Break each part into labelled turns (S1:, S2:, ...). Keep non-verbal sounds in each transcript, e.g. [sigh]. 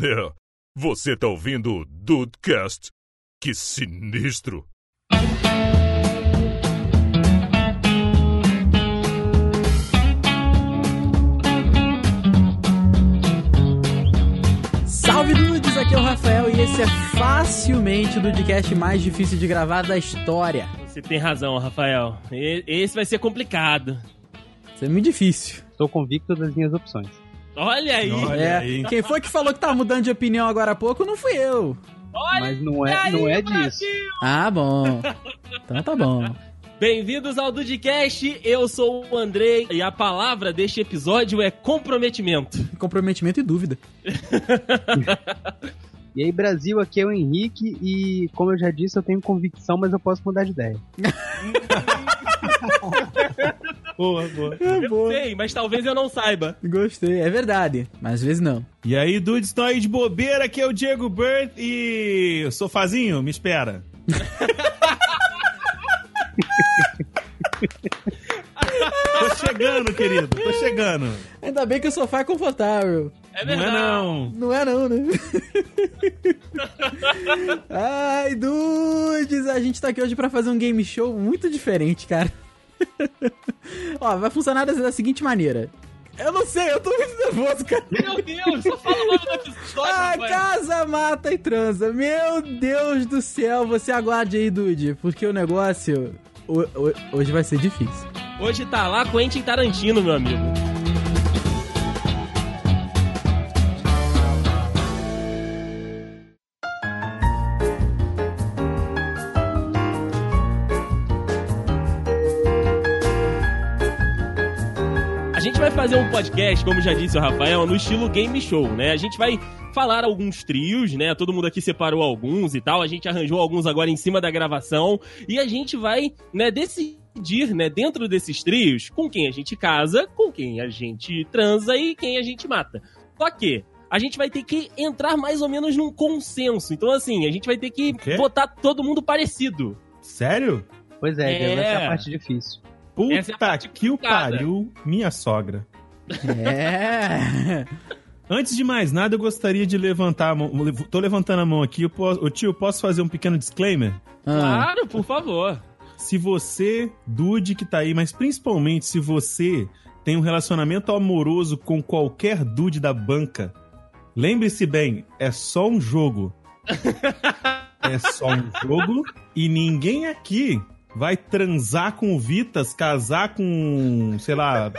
S1: É, você tá ouvindo o Dudecast? Que sinistro!
S2: Salve Dudes, aqui é o Rafael e esse é facilmente o Dudecast mais difícil de gravar da história.
S3: Você tem razão, Rafael. E- Esse vai ser complicado.
S2: Isso é muito difícil.
S4: Estou convicto das minhas opções.
S3: Olha aí! Olha,
S2: é. Quem foi que falou que tava mudando de opinião agora há pouco não fui eu.
S4: Mas não é,
S3: aí,
S4: não é
S3: Brasil!
S4: disso.
S2: Ah, bom. Então tá bom.
S3: Bem-vindos ao Dudcast, eu sou o Andrei e a palavra deste episódio é comprometimento.
S2: Comprometimento e dúvida.
S4: E aí, Brasil, aqui é o Henrique e, como eu já disse, eu tenho convicção, mas eu posso mudar de ideia.
S3: Boa, boa.
S2: É
S3: Sei, mas talvez eu não saiba.
S2: Gostei, é verdade. Mas às vezes não.
S5: E aí, dudes, estão aí de bobeira, aqui é o Diego Burt e... Sofazinho,
S3: [laughs]
S5: me espera. tô chegando, querido, tô chegando.
S2: Ainda bem que o sofá é confortável.
S3: É
S5: Não
S3: verdade.
S5: é não.
S2: Não é não, né? Ai, dudes, a gente tá aqui hoje pra fazer um game show muito diferente, cara. [laughs] Ó, vai funcionar da- da seguinte maneira. Eu não sei, eu tô muito nervoso, cara.
S3: Meu Deus, só fala o nome do episódio,
S2: Ah,
S3: Rafael.
S2: casa, mata e transa. Meu Deus do céu, você aguarde aí, dude, porque o negócio o- o- hoje vai ser difícil.
S3: Hoje tá lá Quentin Tarantino, meu amigo. A gente vai fazer um podcast, como já disse o Rafael, no estilo game show, né? A gente vai falar alguns trios, né? Todo mundo aqui separou alguns e tal. A gente arranjou alguns agora em cima da gravação. E a gente vai, né, decidir, né, dentro desses trios, com quem a gente casa, com quem a gente transa e quem a gente mata. Só que a gente vai ter que entrar mais ou menos num consenso. Então, assim, a gente vai ter que
S5: O quê?
S3: botar todo mundo parecido.
S5: Sério?
S4: Pois é,
S3: É.
S4: Diego, essa é a parte difícil.
S3: Essa é a
S5: Puta
S3: parte
S5: que o
S3: complicada.
S5: pariu, minha sogra.
S2: É.
S5: Antes de mais nada, eu gostaria de levantar a mão... lev- Tô levantando a mão aqui, eu posso... Ô, tio, posso fazer um pequeno disclaimer?
S2: Ah,
S3: Claro, por favor.
S5: Se você, dude que tá aí, mas principalmente se você tem um relacionamento amoroso com qualquer dude da banca, lembre-se bem, é só um jogo. é só um jogo e ninguém aqui vai transar com o Vitas, casar com, sei lá,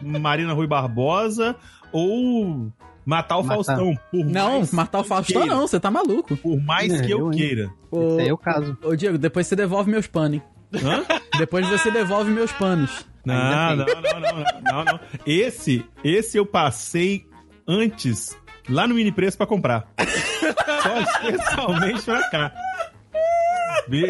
S5: Marina Rui Barbosa ou matar o
S4: Matar.
S5: Faustão. Por
S2: não,
S5: mais,
S2: matar o Faustão
S5: queira.
S2: não, você tá maluco.
S5: por mais
S4: É,
S5: que eu,
S4: eu, hein?
S5: queira.
S4: Esse aí é
S2: Ô,
S4: o caso.
S2: ô, Diego, depois você devolve meus panos, hein?
S5: Hã?
S2: Depois você devolve meus panos.
S5: Não, Ah, não, não, não, não, não, não. Esse, esse eu passei antes, lá no mini preço
S2: [laughs]
S5: pra comprar. Só especialmente pra cá.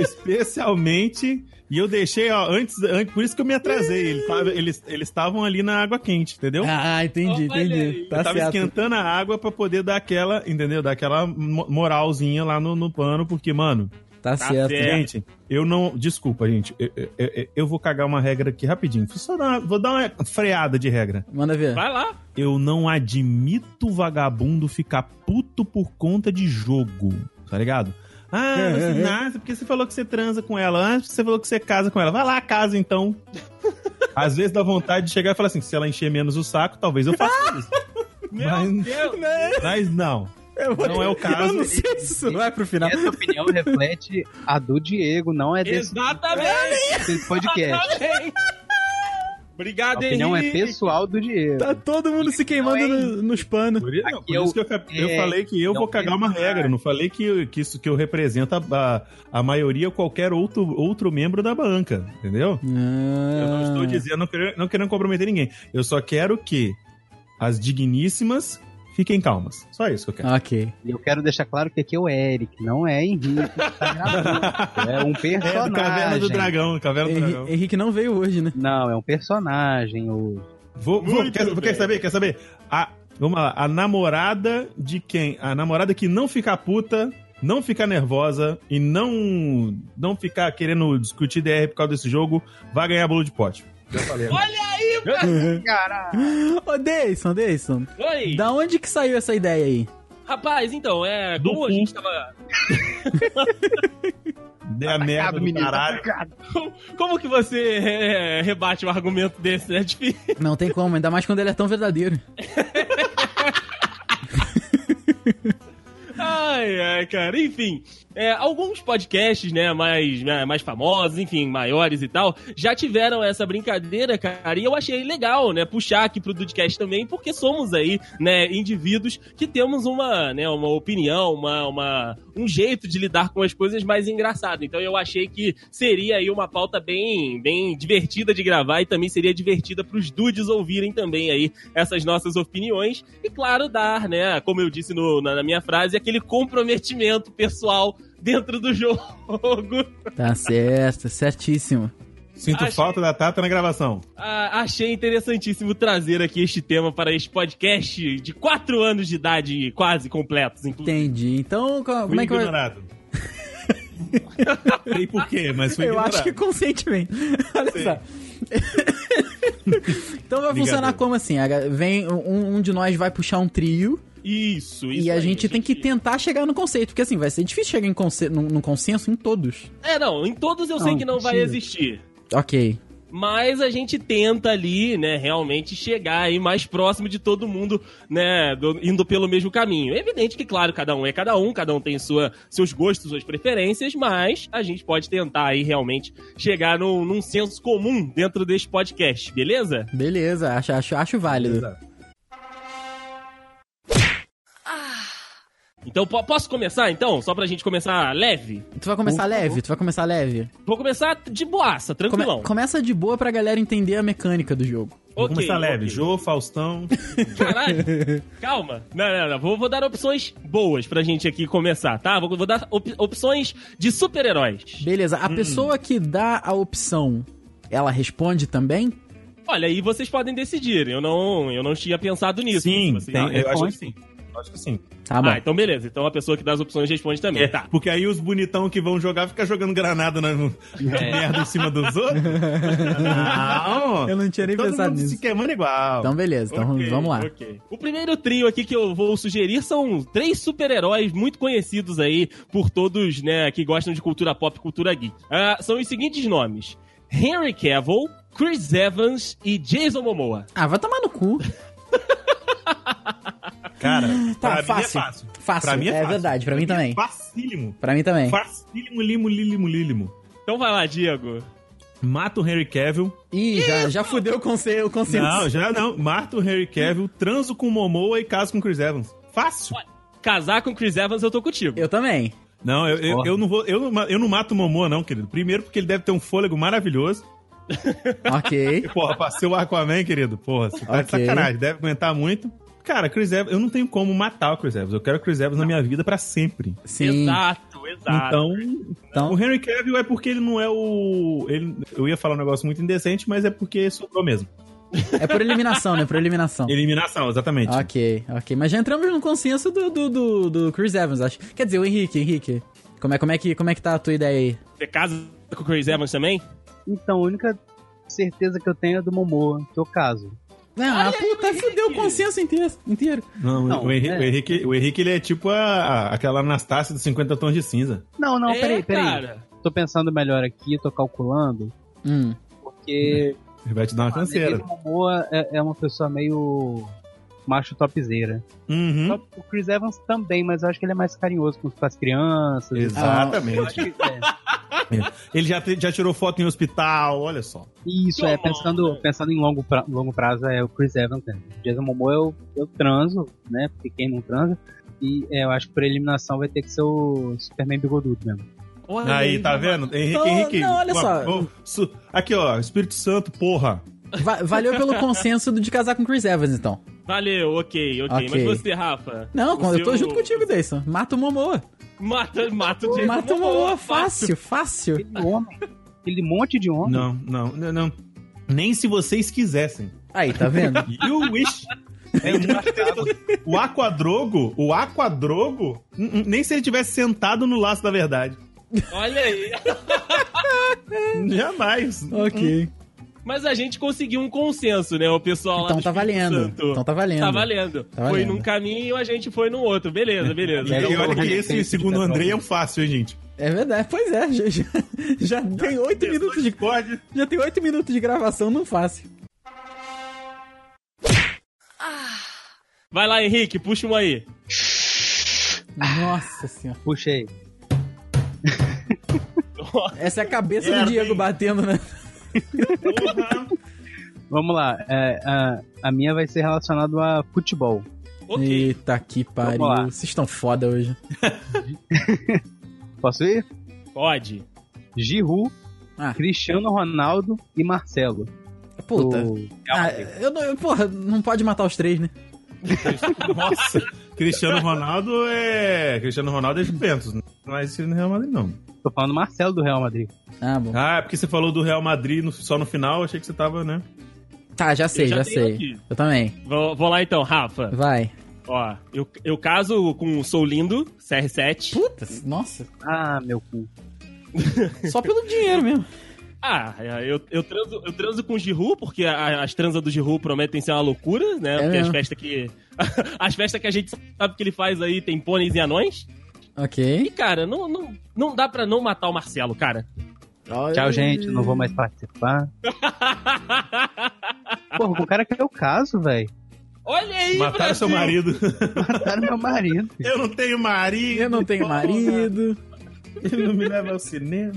S5: Especialmente. E eu deixei, ó, antes, antes por isso que eu me atrasei. Ele tava- eles eles estavam ali na água quente, entendeu?
S2: Ah, entendi,
S3: Olha
S2: entendi.
S3: aí.
S2: Tá
S5: eu tava
S2: certo.
S5: esquentando a água pra poder dar aquela, entendeu? Dar aquela mo- moralzinha lá no, no pano, porque, mano,
S2: Tá, certo.
S3: certo. É.
S5: Gente, eu não. Desculpa, gente. Eu, eu- eu- eu vou cagar uma regra aqui rapidinho. Só dar uma- vou dar uma freada de regra.
S2: Manda ver.
S3: Vai lá.
S5: Eu não admito vagabundo ficar puto por conta de jogo. Tá ligado? Ah,
S2: É,
S5: você
S2: é, é.
S5: nasce porque você falou que você transa com ela. Ah, você falou que você casa com ela. Vai lá,
S2: [laughs]
S5: casa então. Às vezes dá vontade de chegar e falar assim: se ela encher menos o saco, talvez eu faça
S2: [laughs]
S5: isso.
S3: Meu Deus.
S5: Mas não.
S2: Eu vou-
S5: Não é o caso.
S2: Eu não sei se isso vai pro final.
S4: Essa opinião reflete a do Diego, não é desse,
S3: Exatamente.
S4: desse
S5: [laughs]
S4: podcast. A
S3: [laughs] Obrigado,
S4: opinião é
S3: Henrique.
S4: pessoal do Diego.
S2: Tá todo mundo se queimando no- nos panos.
S5: Por isso,
S4: Aqui
S5: por
S4: eu-
S5: isso que eu, fa- eu
S4: é,
S5: falei que eu
S4: não
S5: vou cagar uma
S4: tem lugar.
S5: regra, não falei que, que isso que eu represento a, a, a maioria ou qualquer outro, outro membro da banca,
S2: Ah,
S5: entendeu? Eu não estou dizendo, não querendo, não querendo comprometer ninguém. Eu só quero que as digníssimas fiquem calmas. Só isso que eu quero.
S2: Ok.
S4: E eu quero deixar claro que aqui é o Eric, não é
S5: [laughs]
S4: Henrique. que Tá gravando. é um
S5: é, do Caverna do
S4: personagem.
S5: Dragão, Caverna do
S2: Henri-
S5: Dragão.
S2: Henrique não veio hoje, né?
S4: Não, é um personagem. O...
S5: Vou, vou-
S3: Muito
S5: quer,
S3: bem.
S5: quer saber? Quer saber? A, vamos lá, a namorada de quem? A namorada que não ficar puta, não ficar nervosa e não não ficar querendo discutir DR por causa desse jogo, vai ganhar bolo de pote.
S4: Caralho!
S2: [laughs] Ô, Deison, Deison,
S3: Oi.
S2: da onde que saiu essa ideia aí?
S3: Rapaz, então, é.
S5: Do
S3: Como a
S5: cu.
S3: gente tava. [laughs]
S5: Dê
S3: Tá
S5: a merda do
S4: menino,
S5: caralho.
S3: Como que você é, rebate um argumento desse? É difícil.
S2: Não tem como, ainda mais quando ele é tão verdadeiro.
S3: Ai, ai, cara. Enfim, é, alguns podcasts, né, mais, né, mais famosos, enfim, maiores e tal, já tiveram essa brincadeira, cara, e eu achei legal, né, puxar aqui pro Dudcast também, porque somos aí, né, indivíduos que temos uma, né, uma opinião, uma, uma, um jeito de lidar com as coisas mais engraçado. Então eu achei que seria aí uma pauta bem, bem divertida de gravar e também seria divertida pros dudes ouvirem também aí essas nossas opiniões e, claro, dar, né, como eu disse no- na, na minha frase, aquele comprometimento pessoal dentro do [laughs] jogo.
S2: Tá certo, certíssimo.
S5: Sinto
S3: Achei-
S5: falta da Tata na gravação.
S3: Ah, achei interessantíssimo trazer aqui este tema para este podcast de quatro anos de idade quase completos, inclusive.
S2: Entendi. Então, co- como
S5: Fui
S2: é que vai.
S5: ignorado. [laughs] Sei por quê, mas fui
S2: Eu
S5: ignorado.
S2: acho que consentimento. Olha
S5: Sim.
S2: só. então vai
S5: Brincadeira.
S2: funcionar como assim? a- Vem um, um de nós vai puxar um trio
S3: Isso, isso.
S2: e a
S3: aí,
S2: gente tem que tentar chegar no conceito, porque assim vai ser difícil chegar em conce- num, num consenso em todos.
S3: É, não, em todos eu sei
S4: Não,
S3: que não vai
S4: mentira.
S3: existir.
S2: Ok.
S3: Mas a gente tenta ali, né, realmente chegar aí mais próximo de todo mundo, né, do- indo pelo mesmo caminho. É evidente que, claro, cada um é cada um, cada um tem sua, seus gostos, suas preferências, mas a gente pode tentar aí realmente chegar num, num senso comum dentro desse podcast, beleza?
S2: Beleza, acho, acho, acho válido.
S3: Então po- posso começar então? Só pra gente começar leve?
S2: Tu vai começar
S4: Por favor.
S2: leve? Tu vai começar leve?
S3: Vou começar de boaça,
S2: Come-
S3: tranquilão.
S2: começa de boa pra galera entender a mecânica do jogo.
S5: Vou
S3: Ok,
S5: começar leve.
S3: ok.
S5: Jô, Faustão.
S2: [laughs]
S3: Caralho, calma. Não, não, não. Vou, vou dar opções boas pra gente aqui começar, tá? Vou, vou dar op- opções de super-heróis.
S2: Beleza,
S5: Hum.
S2: a pessoa que dá a opção, ela responde também?
S3: Olha, aí vocês podem decidir. Eu não, eu não tinha pensado nisso.
S5: sim,
S3: Vocês-
S5: tem-
S3: Ah,
S2: é,
S5: eu acho
S4: responde.
S5: que sim. Eu Acho que sim.
S2: Tá bom.
S3: Ah, então beleza. Então a pessoa que dá as opções responde também.
S2: É.
S3: Tá.
S5: É, Porque aí os bonitão que vão jogar fica jogando granada na [laughs] merda em cima dos outros. Não.
S2: Eu É. não tinha nem
S5: Todo
S2: pensado
S5: mundo se
S2: nisso.
S5: queimando igual.
S2: Então beleza, então
S3: Ok,
S2: vamos lá.
S3: ok. O primeiro trio aqui que eu vou sugerir são três super-heróis muito conhecidos aí por todos, né, que gostam de cultura pop e cultura geek. Ah, são os seguintes nomes: Henry Cavill, Chris Evans e Jason Momoa.
S2: Ah, vai tomar no cu.
S5: Cara,
S2: Tá,
S5: pra
S2: fácil.
S5: mim é fácil.
S2: Fácil,
S5: Pra mim é,
S2: é
S5: fácil.
S2: verdade, pra mim
S5: é
S2: também.
S5: Facílimo.
S2: Pra mim também.
S5: Facílimo, limo, limo, limo.
S3: Então vai lá, Diego.
S5: Mata o Henry Cavill.
S2: Ih, já, já fudeu o conce- o consenso.
S5: Não, já não. Mata o Henry Cavill, transo com o Momoa e caso com o Chris Evans. Fácil.
S3: Casar com Chris Evans, eu tô contigo.
S2: Eu também.
S5: Não, eu, eu, eu não vou. Eu não, ma- eu não mato o Momoa, não, querido. Primeiro, porque ele deve ter um fôlego maravilhoso.
S2: Ok.
S5: Porra, passei o Aquaman, querido. Porra, você tá de
S2: Ok.
S5: sacanagem. Deve aguentar muito. Cara, Chris Evans, eu não tenho como matar o Chris Evans. Eu quero o Chris Evans na minha vida pra sempre.
S2: Sim.
S3: Exato, exato.
S5: Então,
S2: Então,
S5: o Henry Cavill é porque ele não é o. ele- eu ia falar um negócio muito indecente, mas é porque sobrou mesmo.
S2: é por eliminação, né? Por eliminação.
S5: Eliminação, exatamente.
S2: Ok, ok. Mas já entramos no consenso do, do, do, do Chris Evans, acho. Quer dizer, o Henrique, Henrique. Como é, como, é que, como é que tá a tua ideia aí?
S3: Você casa com Chris Evans também?
S4: Então, a única certeza que eu tenho é do Momoa, que eu caso.
S2: Não, a puta, fudeu o consenso inteiro. inteiro.
S5: Não,
S4: Não,
S5: o, Henrique,
S4: é.
S5: o, Henrique, o Henrique, ele é tipo a, a- aquela Anastácia dos 50 tons de cinza.
S4: Não, não,
S3: É,
S4: peraí, peraí.
S3: cara.
S4: Tô pensando melhor aqui, tô calculando,
S2: Hum.
S4: porque
S5: Ele vai te dar uma
S4: o
S5: canseira.
S4: Momoa é, é uma pessoa meio macho topzeira.
S5: Uhum.
S4: Só O Chris Evans também, mas eu acho que ele é mais carinhoso com com as crianças. Eu acho
S5: Exatamente.
S4: que, é.
S5: [laughs] Ele já, te- já tirou foto em hospital, olha só.
S4: Isso, é, pensando, pensando em longo, pra- longo prazo, é o Chris Evans. Né? O Jason Momoa eu, eu transo, né? Porque quem não transa. E é, eu acho que por eliminação vai ter que ser o Superman bigodudo mesmo.
S3: Olha
S5: aí, tá vendo? Henrique,
S2: Então,
S5: Henrique.
S2: não, olha
S5: ó,
S2: só.
S5: ó, su- aqui, ó, Espírito Santo, porra.
S2: Va- valeu pelo consenso do de casar com o Chris Evans, então.
S3: Valeu, ok, ok.
S2: Ok.
S3: Mas você, Rafa?
S2: Não,
S3: O
S2: eu tô
S3: seu-
S2: junto contigo, Deison. Mata o Momoa.
S3: Mata, mata o Jason
S2: Mata o Momoa, fácil, fácil.
S4: Aquele homem, aquele monte de homem.
S5: Não, não, não, não. Nem se vocês quisessem.
S2: Aí, tá
S5: [laughs]
S2: vendo?
S5: You wish. É muito testo- o Aquadrogo, o Aquadrogo, n- n- nem se ele tivesse sentado no laço da verdade.
S3: Olha aí.
S5: Jamais.
S2: ok.
S3: Mas a gente conseguiu um consenso, né? O pessoal lá
S2: Então
S3: do
S2: tá
S3: Espírito
S2: valendo.
S3: Santo.
S2: Então tá valendo.
S3: Tá valendo.
S2: Tá
S3: Foi
S2: valendo.
S3: num caminho, a gente foi no outro. Beleza, beleza.
S4: É,
S5: E
S3: Então,
S5: olha que esse, segundo o Andrei, é um
S4: Petrópolis.
S5: fácil, hein, gente?
S2: É verdade. Pois é, já, já, já tem oito minutos de
S5: Discord.
S2: já tem oito minutos de gravação, não fácil.
S3: vai lá, Henrique, puxa um aí.
S2: Nossa senhora.
S4: Puxei.
S2: Essa é a cabeça
S5: É,
S2: do Diego
S5: bem-
S2: batendo, né?
S5: Porra.
S4: Vamos lá. é, a, a minha vai ser relacionada a futebol.
S3: Ok.
S2: Eita que pariu.
S4: Vamos lá.
S2: Vocês estão foda hoje.
S4: Posso ir?
S3: Pode.
S4: Giroud,
S2: Ah.
S4: Cristiano Ronaldo e Marcelo.
S2: Puta.
S4: Do-
S2: Ah, eu não, eu- porra, não pode matar os três, né?
S5: Nossa, Cristiano Ronaldo é. Cristiano Ronaldo é Juventus, né? mas esse não é Real Madrid, não.
S4: Tô falando Marcelo do Real Madrid.
S2: Ah, bom.
S5: Ah, é porque você falou do Real Madrid no- só no final, achei que você tava, né?
S2: Tá, já sei,
S3: já
S2: já,
S3: tenho
S2: sei.
S3: aqui.
S2: Eu também.
S3: Vou, vou lá então, Rafa.
S2: Vai.
S3: Ó, eu, eu caso com o Sou Lindo, CR7.
S2: Puta, nossa.
S4: Ah, meu cu.
S2: Só pelo dinheiro mesmo.
S3: Ah, eu, eu, transo, eu transo com o Giru, porque a- as transas do Giru prometem ser uma loucura, né?
S4: É
S3: porque as
S2: mesmo.
S3: festas que. [laughs] as festas que a gente sabe que ele faz aí tem pôneis e anões. E,
S2: Ok.
S3: cara, não, não, não dá pra não matar o Marcelo, cara. [laughs]
S4: Tchau, gente. Não vou mais participar. Porra, com o cara que é o caso, velho.
S3: Olha aí,
S5: Mataram seu marido.
S4: Mataram é meu marido.
S5: Eu não tenho marido.
S2: Eu não tenho
S5: porra.
S2: marido.
S5: Ele não me leva ao cinema.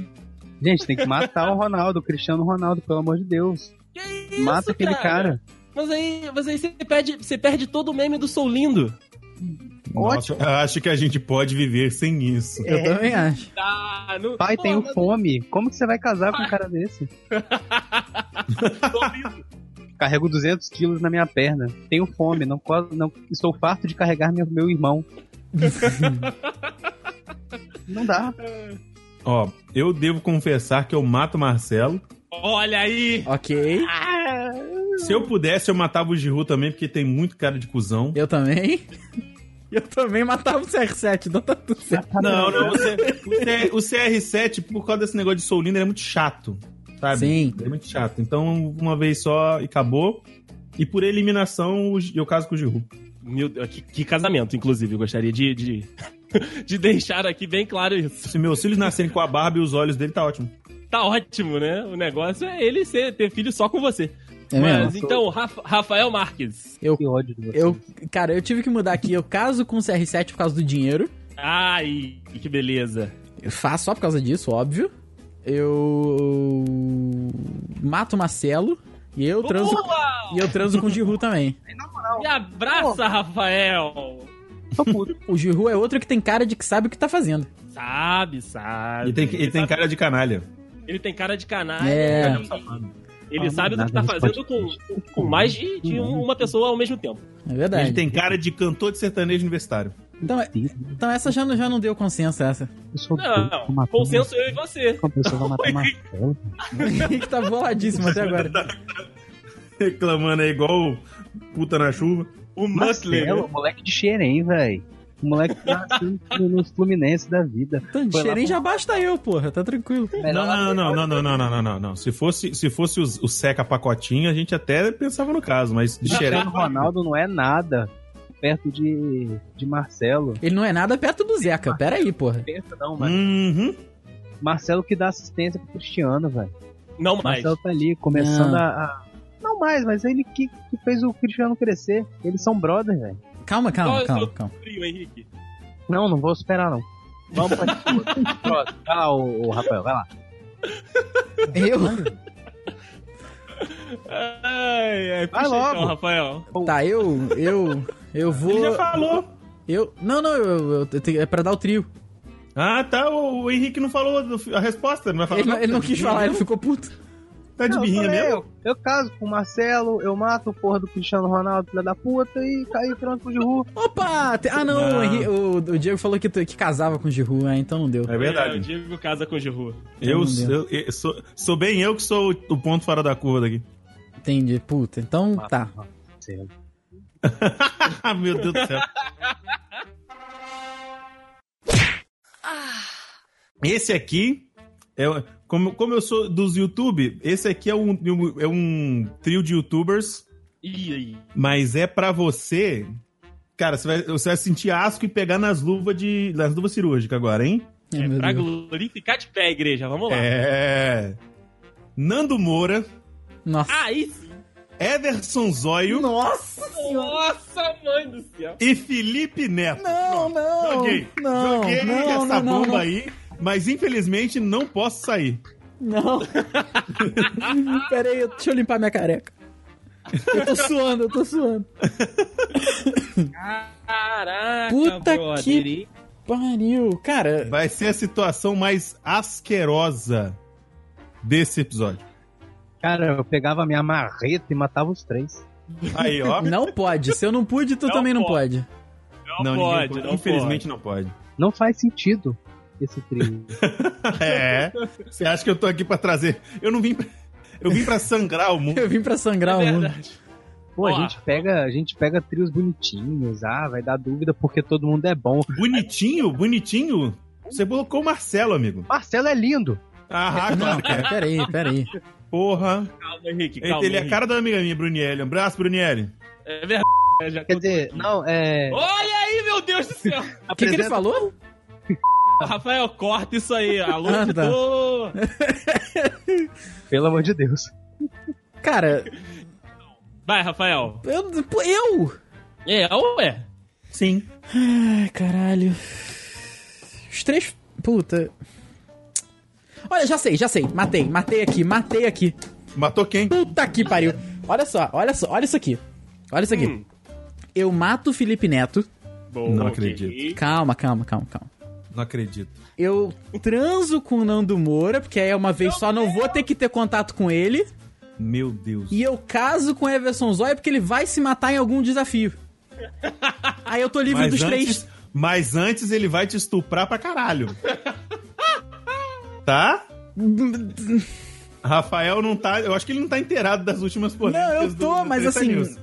S4: Gente, tem que matar o Ronaldo, o Cristiano Ronaldo, pelo amor de Deus.
S3: Que isso,
S4: Mata aquele cara.
S3: Mas aí, mas aí você, perde, você perde todo o meme do Sou Lindo.
S5: Nossa, eu acho que a gente pode viver sem isso.
S2: Eu também acho.
S3: Ah, não,
S4: Pai, um
S3: pô,
S4: tenho
S3: mas
S4: fome. Como que você vai casar com um cara desse?
S3: Sou Lindo.
S4: Carrego 200 quilos na minha perna. Tenho fome. Não, co- não estou farto de carregar meu, meu irmão. Não dá.
S5: Ó, eu devo confessar que eu mato o Marcelo.
S3: Olha aí.
S2: ok.
S5: Se eu pudesse, eu matava o Giroud também, porque tem muito cara de cuzão.
S2: Eu também. Eu também matava o CR7, então tá tudo certo.
S5: Não, não, você, o CR7, por causa desse negócio de Solino, ele é muito chato. Sabe?
S2: Sim.
S5: Ele é muito chato. Então, uma vez só e acabou. E por eliminação, o Gi- eu caso com o Giroud.
S3: Meu Deus, que, que casamento, inclusive. Eu gostaria de, de, [laughs] de deixar aqui bem claro isso.
S5: Se meus filhos nascerem com a barba e os olhos dele, tá ótimo.
S3: Tá ótimo, né? O negócio é ele ser, ter filho só com você.
S2: É mesmo?
S3: Mas então, Rafa- Rafael Marques.
S4: Que ódio de você.
S2: Eu, cara, eu tive que mudar aqui. Eu caso com o CR7 por causa do dinheiro.
S3: Ai, que beleza.
S2: Eu faço só por causa disso, óbvio. Eu mato o Marcelo e eu transo
S3: Boa!
S2: e eu transo com o Giru também.
S3: Me abraça, Rafael.
S4: Tô puto.
S2: O Giru é outro que tem cara de que sabe o que tá fazendo.
S3: Sabe, sabe.
S5: Ele tem, ele tem
S3: sabe-
S5: cara de canalha.
S3: ele tem cara de canalha. né?
S2: É.
S3: Ele, ele
S4: Fala
S3: sabe do que
S4: nada
S3: tá
S4: nesse
S3: fazendo com, com mais de, de
S2: Uhum.
S3: um- uma pessoa ao mesmo tempo.
S2: É verdade.
S5: Ele tem cara de cantor de sertanejo universitário.
S2: Então, é- então essa já, não- já não deu consenso, essa. [laughs]
S4: Eu sou doido. Vou
S3: Não,
S4: matar
S3: consenso eu e você.
S4: uma pessoa, vou matar Marcelo.
S2: que tá boladíssimo até agora.
S5: [laughs] Reclamando aí igual puta na chuva.
S3: O Muscler.
S4: Marcelo, moleque de Xerém, velho. Moleque
S3: [laughs]
S4: que nasceu no- no Fluminense da vida.
S2: Então, de
S4: Foi lá
S2: xerém
S4: com-
S2: já basta eu, porra. Tá tranquilo.
S4: Melhor
S5: Não, não, não, não, não, não, não, não, não. Se fosse, se fosse o, o Seca Pacotinho, a gente até pensava no caso, mas de xerém.
S4: Cristiano Ronaldo não é nada perto de, de Marcelo.
S2: Ele não é nada perto do Zeca. Pera aí, porra.
S4: Perto não, mas
S5: Uhum.
S4: Marcelo que dá assistência pro Cristiano, velho.
S3: Não mais.
S4: Marcelo tá ali começando
S2: Não.
S5: Ah.
S4: A, a- Não mais, mas ele que, que fez o Cristiano crescer. Eles são brothers, velho.
S2: Calma,
S3: Qual
S2: calma,
S3: é o
S2: calma,
S3: seu-
S2: calma.
S3: Frio, Henrique.
S4: Não, não vou superar, não. Vamos
S5: [laughs]
S4: pra próximo. Vai lá, o, Rafael, vai lá.
S2: Eu?
S3: Ai, ai, puxa
S4: logo.
S3: então, Rafael.
S2: Tá, eu. Eu. Eu vou.
S5: Ele já falou.
S2: Eu. Não, não, eu, eu- eu tenho- é pra dar o trio.
S5: Ah, tá. O, o Henrique não falou do- a resposta. Ele não vai falar.
S2: Ele, não- ele não quis falar, ele ficou puto.
S5: Tá de
S4: Não,
S5: birrinha
S4: falei, é,
S5: mesmo?
S4: Eu, eu caso com o Marcelo, eu mato o porra do Cristiano Ronaldo, filha da puta, e caí pronto pro Giru.
S2: Opa! te- Ah, não,
S5: Não.
S2: o Henri- O, o Diego falou que, tu- que casava com o Giru, é, então não deu.
S5: É
S3: É, o
S5: verdade.
S3: Diego casa com o Giru.
S5: Eu,
S2: Não deu.
S5: eu- eu sou, sou bem eu que sou o, o ponto fora da curva daqui.
S2: Entendi, puta. Então tá.
S4: Marcelo.
S5: [laughs] Ah, meu Deus do céu. Esse Ah. aqui É, como, como eu sou dos YouTube, esse aqui é um, é um trio de YouTubers,
S3: Ih, aí.
S5: mas é pra você. Cara, você vai, você vai sentir asco e pegar nas luvas de. nas luvas cirúrgicas agora, hein?
S2: Ai,
S3: É
S2: meu
S3: pra
S2: Deus.
S3: glorificar de pé, igreja. Vamos lá.
S5: É. Nando Moura,
S2: Nossa.
S3: Aí sim.
S5: Everson Zóio
S2: Nossa senhora.
S3: Nossa, mãe do céu.
S5: e Felipe Neto.
S2: Não, não.
S5: Joguei.
S2: Não,
S5: Joguei
S2: não,
S5: essa
S2: não, não,
S5: bomba
S2: não.
S5: aí, mas infelizmente não posso sair.
S2: Não.
S5: [laughs]
S2: Pera aí, deixa eu limpar minha careca. Eu tô suando, eu tô suando.
S3: Caraca,
S2: Puta
S3: brother.
S2: que- Pariu. Cara,
S5: Vai ser a situação mais asquerosa desse episódio.
S4: Cara, eu pegava a minha marreta e matava os três.
S5: Aí, ó.
S2: não pode. Se eu não pude, tu
S3: Não
S2: também não
S3: pode.
S2: pode.
S3: Não, pode,
S5: ninguém
S3: não
S5: Infelizmente não pode.
S4: Não faz sentido esse
S2: [laughs]
S4: trio.
S5: É. Você acha que eu tô aqui pra trazer? Eu não vim pra... Eu vim pra sangrar o mundo.
S2: Eu vim pra sangrar
S3: pode.
S2: o
S3: É
S2: mundo.
S3: verdade.
S4: Pô, a
S3: Ó.
S4: gente pega, a gente pega trios bonitinhos, ah, vai dar dúvida porque todo mundo é bom.
S5: Bonitinho, bonitinho. Você colocou o Marcelo, amigo.
S4: Marcelo é lindo.
S5: Ah,
S2: Não,
S5: claro que é.
S2: cara, pera aí, pera aí.
S5: Porra.
S3: Calma, Henrique,
S5: Ele,
S3: calma,
S5: ele é a
S3: Henrique.
S5: cara da amiga minha, Brunielli. Um abraço, Brunielli.
S3: É verdade. já
S4: [laughs] Quer
S3: tô-
S4: dizer, não, é.
S3: Olha aí, meu Deus do
S2: O
S3: céu.
S2: que, que ele
S4: Apresenta-
S2: falou?
S3: Rafael, corta isso aí. Alô,
S2: Ah, tá.
S3: editor.
S4: Pelo amor de Deus.
S2: Cara,
S3: Vai, Rafael.
S2: eu. pô, eu?
S3: É, ou é?
S5: Sim.
S2: Ai, caralho. Os três. Puta. Olha, já sei, já sei. Matei, matei aqui, matei aqui.
S5: Matou quem?
S2: Puta que pariu. Olha só, olha só, olha isso aqui. Olha isso aqui.
S3: Hum.
S2: Eu mato o Felipe Neto.
S3: Bom,
S5: Não
S3: ok.
S5: acredito.
S2: Calma, calma, calma, calma.
S5: Não acredito.
S2: Eu transo com o Nando Moura, porque aí é uma vez só, não vou ter que ter contato com ele.
S5: Meu Deus.
S2: E eu caso com o Everson Zóia, porque ele vai se matar em algum desafio. Aí eu tô livre dos
S5: antes,
S2: três.
S5: mas antes ele vai te estuprar pra caralho. tá? Rafael não tá. Eu acho que ele não tá inteirado das últimas polêmicas.
S2: Não, eu tô,
S5: do- do
S2: mas
S5: Treta
S2: assim,
S5: News.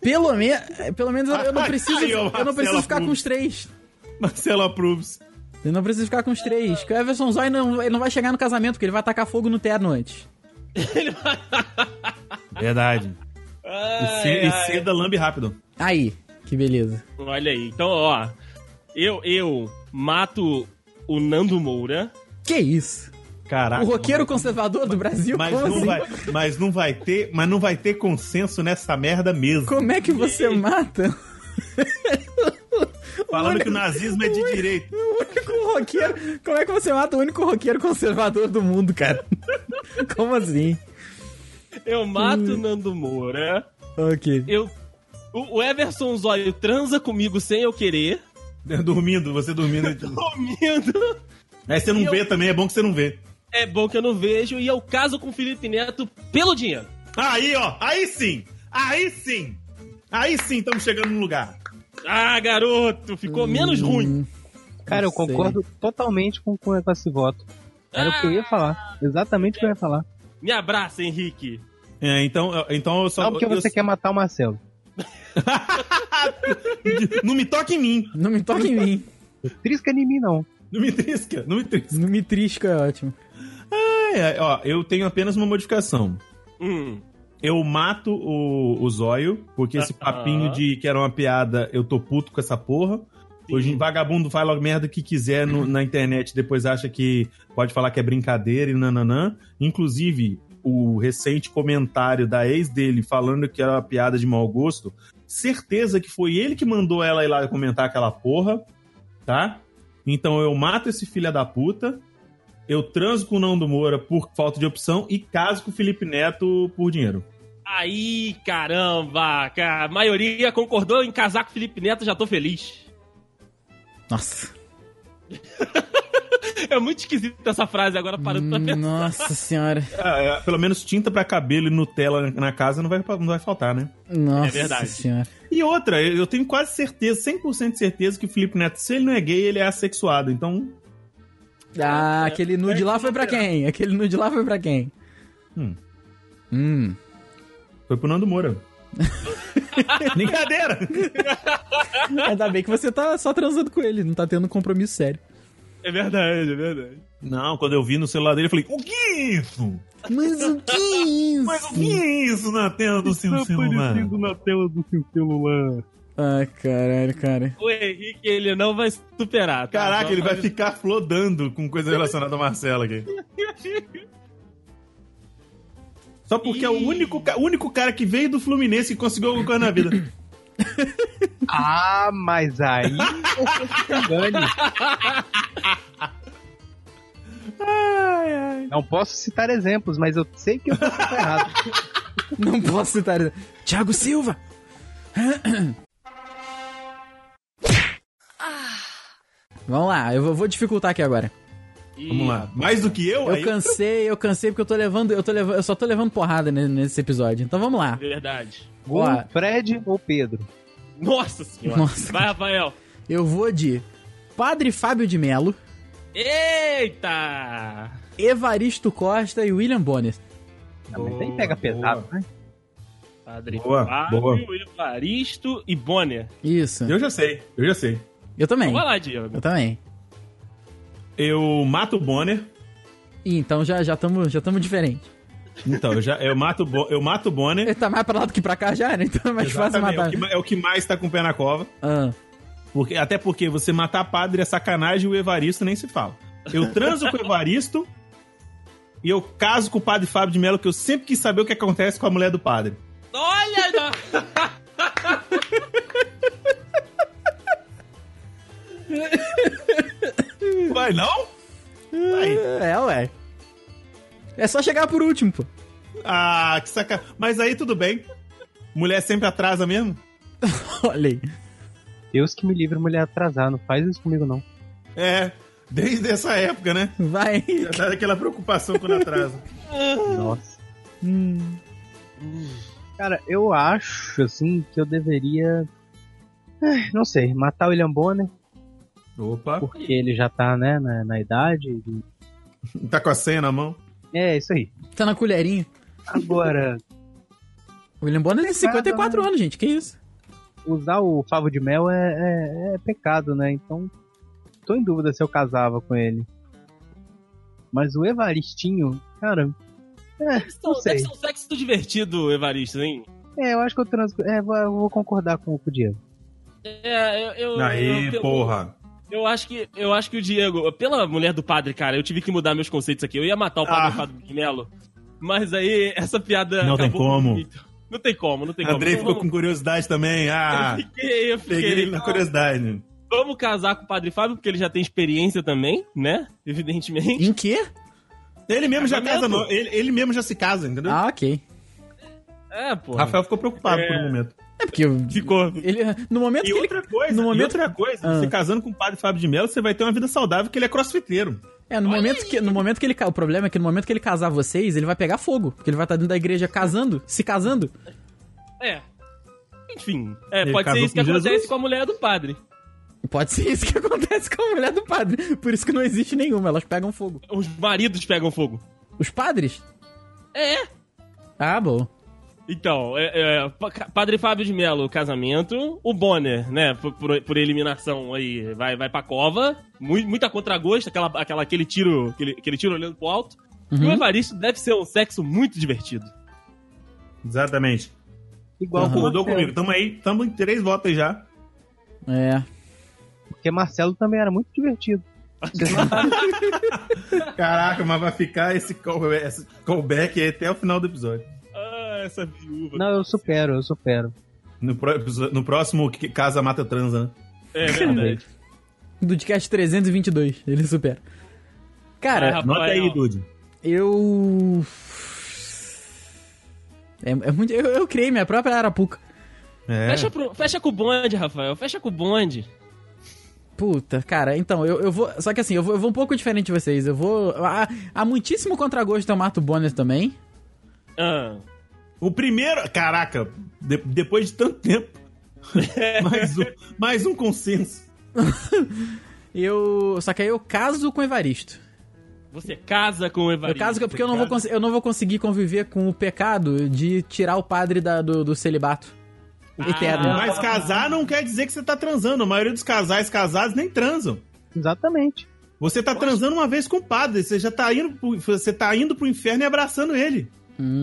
S2: Pelo, me... pelo menos eu, eu
S5: [laughs]
S2: não preciso.
S5: Aí, ó,
S2: eu não preciso
S5: Marcelo
S2: ficar com
S5: Cruz.
S2: os três.
S5: Marcelo approves.
S2: Eu não preciso ficar com os três. Que o Everson Zóia não, ele não vai chegar no casamento, porque ele vai tacar fogo no terno antes.
S5: Verdade.
S3: Ai,
S5: E, ce- e
S3: ai.
S5: seda lambe rápido.
S2: Aí, que beleza.
S3: Olha aí. Então, ó. Eu, eu mato o Nando Moura.
S2: Que isso?
S5: Caraca.
S2: O roqueiro conservador do Brasil?
S5: Ah, Mas
S2: Como
S5: não,
S2: assim?
S5: vai, mas não vai ter, mas não vai ter consenso nessa merda mesmo.
S2: Como é que
S5: [laughs]
S2: você mata
S5: Falando que o nazismo é de direito.
S2: o único roqueiro? Como é que você mata o único roqueiro conservador do mundo, cara? [laughs] Como assim?
S3: Eu mato o Nando Moura.
S2: Ok.
S3: Eu. O o Everson Zóio transa comigo sem eu querer.
S5: É, Dormindo, você dormindo.
S3: Comendo.
S5: Aí você não
S3: Eu-
S5: vê também, é bom que você não vê.
S3: É bom que eu não vejo. E eu caso com o Felipe Neto pelo dinheiro.
S5: Aí, ó, aí sim! Aí sim! Aí sim estamos chegando num lugar.
S3: Ah, garoto. Ficou
S5: Hum.
S3: menos ruim.
S4: Cara, eu
S2: Não sei.
S4: concordo totalmente com, com esse voto. Era o que eu ia falar. Exatamente o que eu ia falar.
S3: Me abraça, Henrique.
S5: É, então, eu- então
S2: Ah,
S5: eu só.
S4: Só porque
S5: eu-
S4: você quer matar o Marcelo.
S5: [laughs] Não me toque em mim!
S2: Não me toque em mim.
S4: Trisca em mim, não.
S5: Não me trisca, não me trisca.
S2: Não me trisca, é ótimo.
S5: É, é, ó, eu tenho apenas uma modificação.
S3: Hum.
S5: Eu mato o, o zóio, porque esse
S3: Ah.
S5: papinho de que era uma piada, eu tô puto com essa porra. Hoje, em vagabundo fala a merda que quiser no- na internet, depois acha que pode falar que é brincadeira e nananã. Inclusive, o recente comentário da ex dele falando que era uma piada de mau gosto, certeza que foi ele que mandou ela ir lá comentar aquela porra, tá? Então eu mato esse filho da puta, eu transo com o Nando Moura por falta de opção e caso com o Felipe Neto por dinheiro.
S3: Aí, caramba, cara, a maioria concordou em casar com o Felipe Neto, já tô feliz.
S2: Nossa.
S3: É muito esquisito essa frase agora parando
S5: Hum,
S3: pra pensar.
S2: Hum, Nossa senhora.
S5: Ah, é, pelo menos tinta pra cabelo e Nutella na casa não vai, não vai faltar, né?
S2: Nossa
S3: verdade.
S2: senhora.
S5: E outra, eu eu tenho quase certeza, 100% de certeza que o Felipe Neto, se ele não é gay, ele é assexuado. Então,
S2: Ah, aquele nude lá foi pra quem? Aquele nude lá foi pra quem?
S5: Hum.
S2: Hum.
S5: foi pro Nando Moura. [laughs] Brincadeira!
S2: Ainda bem que você tá só transando com ele, não tá tendo um compromisso sério.
S3: É verdade, é verdade.
S5: Não, quando eu vi no celular dele, eu falei, o que é isso?
S2: Mas o que é isso?
S5: Mas o que é isso é na tela do seu celular?
S4: Tá na tela do seu celular.
S2: Ai, caralho, cara.
S3: O Henrique, ele não vai superar. tá?
S5: Caraca,
S3: Não
S5: ele vai ficar flodando com coisa relacionada ao Marcelo aqui. Só porque é o único, ca- único cara que veio do Fluminense e conseguiu alguma coisa na vida.
S4: Ah, mas aí você se engane.
S5: Ai, ai.
S4: Não posso citar exemplos, mas eu sei que eu posso estar
S5: [laughs]
S4: errado.
S2: Não posso citar. Thiago Silva! Vamos lá, eu vou- vou dificultar aqui agora.
S5: Vamos lá. Mais do que eu?
S2: Eu
S5: aí-
S2: cansei, eu cansei porque eu tô levando, eu tô levando, eu só tô levando porrada ne- nesse episódio. Então vamos lá.
S3: é Verdade.
S4: Gol,
S2: Ó.
S4: Fred ou Pedro?
S3: Nossa senhora.
S2: Nossa.
S3: Vai, Rafael.
S2: Eu vou de Padre Fábio de Melo,
S3: Eita!
S2: Evaristo Costa e William Bonner.
S4: Ah, mas aí
S5: Boa,
S4: pega pesado, né?
S3: Padre
S5: Boa,
S3: Fábio,
S5: boa.
S3: Evaristo e Bonner.
S2: Isso. Eu,
S5: Eu já sei, eu já sei.
S2: também.
S3: Vai lá, Diego.
S2: Eu também.
S5: Eu mato o Bonner.
S2: Ih, então já já estamos já tamo diferente.
S5: Então, eu, já, eu, mato, o Bo- eu mato o Bonner.
S2: Ele tá mais pra lá do que pra cá já, né? Então é mais fácil
S5: Exatamente,
S2: matar.
S5: É o, que, ma- é o que mais tá com o pé na cova.
S2: Ah,
S5: Porque, até porque você matar padre é sacanagem e o Evaristo nem se fala. Eu transo com o Evaristo e eu caso com o padre Fábio de Mello, que eu sempre quis saber o que acontece com a mulher do padre.
S3: [laughs] Olha! não.
S5: Vai não? Vai.
S2: é, ué. É só chegar por último, pô.
S5: Ah, que sacanagem. Mas aí tudo bem. Mulher sempre atrasa mesmo?
S2: [laughs] Olha aí.
S4: Deus que me livre mulher atrasar, não faz isso comigo não.
S5: É, desde essa época, né?
S2: Vai.
S5: Já tá aquela preocupação quando atrasa.
S4: Nossa.
S2: Hum,
S4: Cara, eu acho, assim, que eu deveria... Ai, Não sei, matar o William Bonner,
S5: [laughs] Opa,
S4: porque ele já tá, né, na, na idade. e-
S5: tá com a senha na mão.
S4: É, isso aí.
S2: tá na colherinha.
S5: [laughs]
S4: Agora,
S2: William Bonner tem 54 anos, gente. Que isso?
S4: usar o favo de mel é, é- é pecado, né? Então, tô em dúvida se eu casava com ele. Mas o Evaristinho, cara,
S3: Então,
S4: sei.
S3: Deve ser um sexo divertido, Evaristo, hein?
S4: é, eu acho que eu trans... É, eu vou concordar com o Diego.
S3: É, eu. eu
S5: Aí,
S3: eu- eu-
S5: porra.
S3: Eu acho que eu acho que o Diego, pela mulher do padre, cara, eu tive que mudar meus conceitos aqui. Eu ia matar o padre
S5: Ah.
S3: Fábio de Melo. Mas aí essa piada
S5: Não tem
S3: acabou
S5: como.
S3: comigo. Não tem como, não tem como.
S5: Andrei
S3: Então
S5: ficou
S3: vamos-
S5: com curiosidade também. Ah,
S3: Eu fiquei, eu
S5: peguei
S3: fiquei.
S5: ele na curiosidade.
S3: Vamos casar com o padre Fábio, porque ele já tem experiência também, né? Evidentemente.
S5: Hum.
S2: Em quê?
S5: Ele mesmo já casa,
S3: Casamento?
S5: no- ele, ele mesmo já se casa, entendeu?
S2: Ah, ok.
S3: É, pô.
S5: Rafael ficou preocupado
S3: É.
S5: por um momento.
S2: É porque eu-
S3: Ficou.
S2: ele no momento
S5: E
S2: que ele
S5: outra coisa,
S2: no
S5: e
S2: momento-
S5: outra coisa,
S2: Ah.
S5: você casando com o padre Fábio de Mello, você vai ter uma vida saudável que ele é crossfiteiro.
S2: É, no momento, que, no momento que ele. ca- O problema é que no momento que ele casar vocês, ele vai pegar fogo. Porque ele vai estar dentro da igreja casando, se casando.
S3: É. Enfim, é,
S5: Ele
S3: pode ser
S5: casou
S3: isso que
S5: com Jesus?
S3: acontece com a mulher do padre.
S2: Pode ser isso que [laughs] acontece com a mulher do padre. Por isso que não existe nenhuma, elas pegam fogo.
S3: Os maridos pegam fogo.
S2: Os padres?
S3: É.
S2: Ah, bom.
S3: Então, é, é, pa- ca- Padre Fábio de Mello, casamento. O Bonner, né, por, por- por eliminação aí, vai, vai pra cova. Mu- Muita contragosto, aquela, aquela, aquele, tiro, aquele, aquele tiro olhando pro alto.
S2: Uhum.
S3: E o Evaristo deve ser um sexo muito divertido.
S5: Exatamente.
S4: Igual com o
S5: Concordou
S4: Marcelo,
S5: comigo. Tamo aí, tamo em três votos já.
S2: É.
S4: porque Marcelo também era muito
S5: [laughs]
S4: divertido.
S5: Caraca, mas vai ficar esse, call- esse callback aí até o final do episódio.
S3: Ah, essa viúva.
S4: Não, eu supero, eu supero.
S5: No, pró- no próximo que- Casa Mata Transa, né?
S2: [laughs]
S3: É verdade.
S2: Do Dcast 322, ele supera. Cara,
S3: Vai, Rafael.
S5: Nota aí, Dude.
S2: eu. É, é muito. Eu, eu criei minha própria arapuca.
S5: É.
S3: Fecha, pro- fecha com o bonde, Rafael. Fecha com o bonde.
S2: Puta, cara, então, eu, eu vou. Só que assim, eu vou, eu vou um pouco diferente de vocês. Eu vou. Há, há muitíssimo contragosto eu mato o Bonner também.
S3: Ah.
S5: O primeiro. Caraca, de- depois de tanto tempo. mais, um, mais um consenso.
S2: Eu. Só que aí eu caso com o Evaristo.
S3: Você casa com o
S2: Eu
S3: Evaristo.
S2: caso com- porque eu não, vou, cons- eu não vou conseguir conviver com o pecado de tirar o padre da- do, do celibato eterno.
S3: Ah.
S5: Mas casar não quer dizer que você tá transando. A maioria dos casais casados nem transam.
S4: Exatamente.
S5: Você tá transando uma vez com o padre, você já tá indo pro, você tá indo pro inferno e abraçando ele.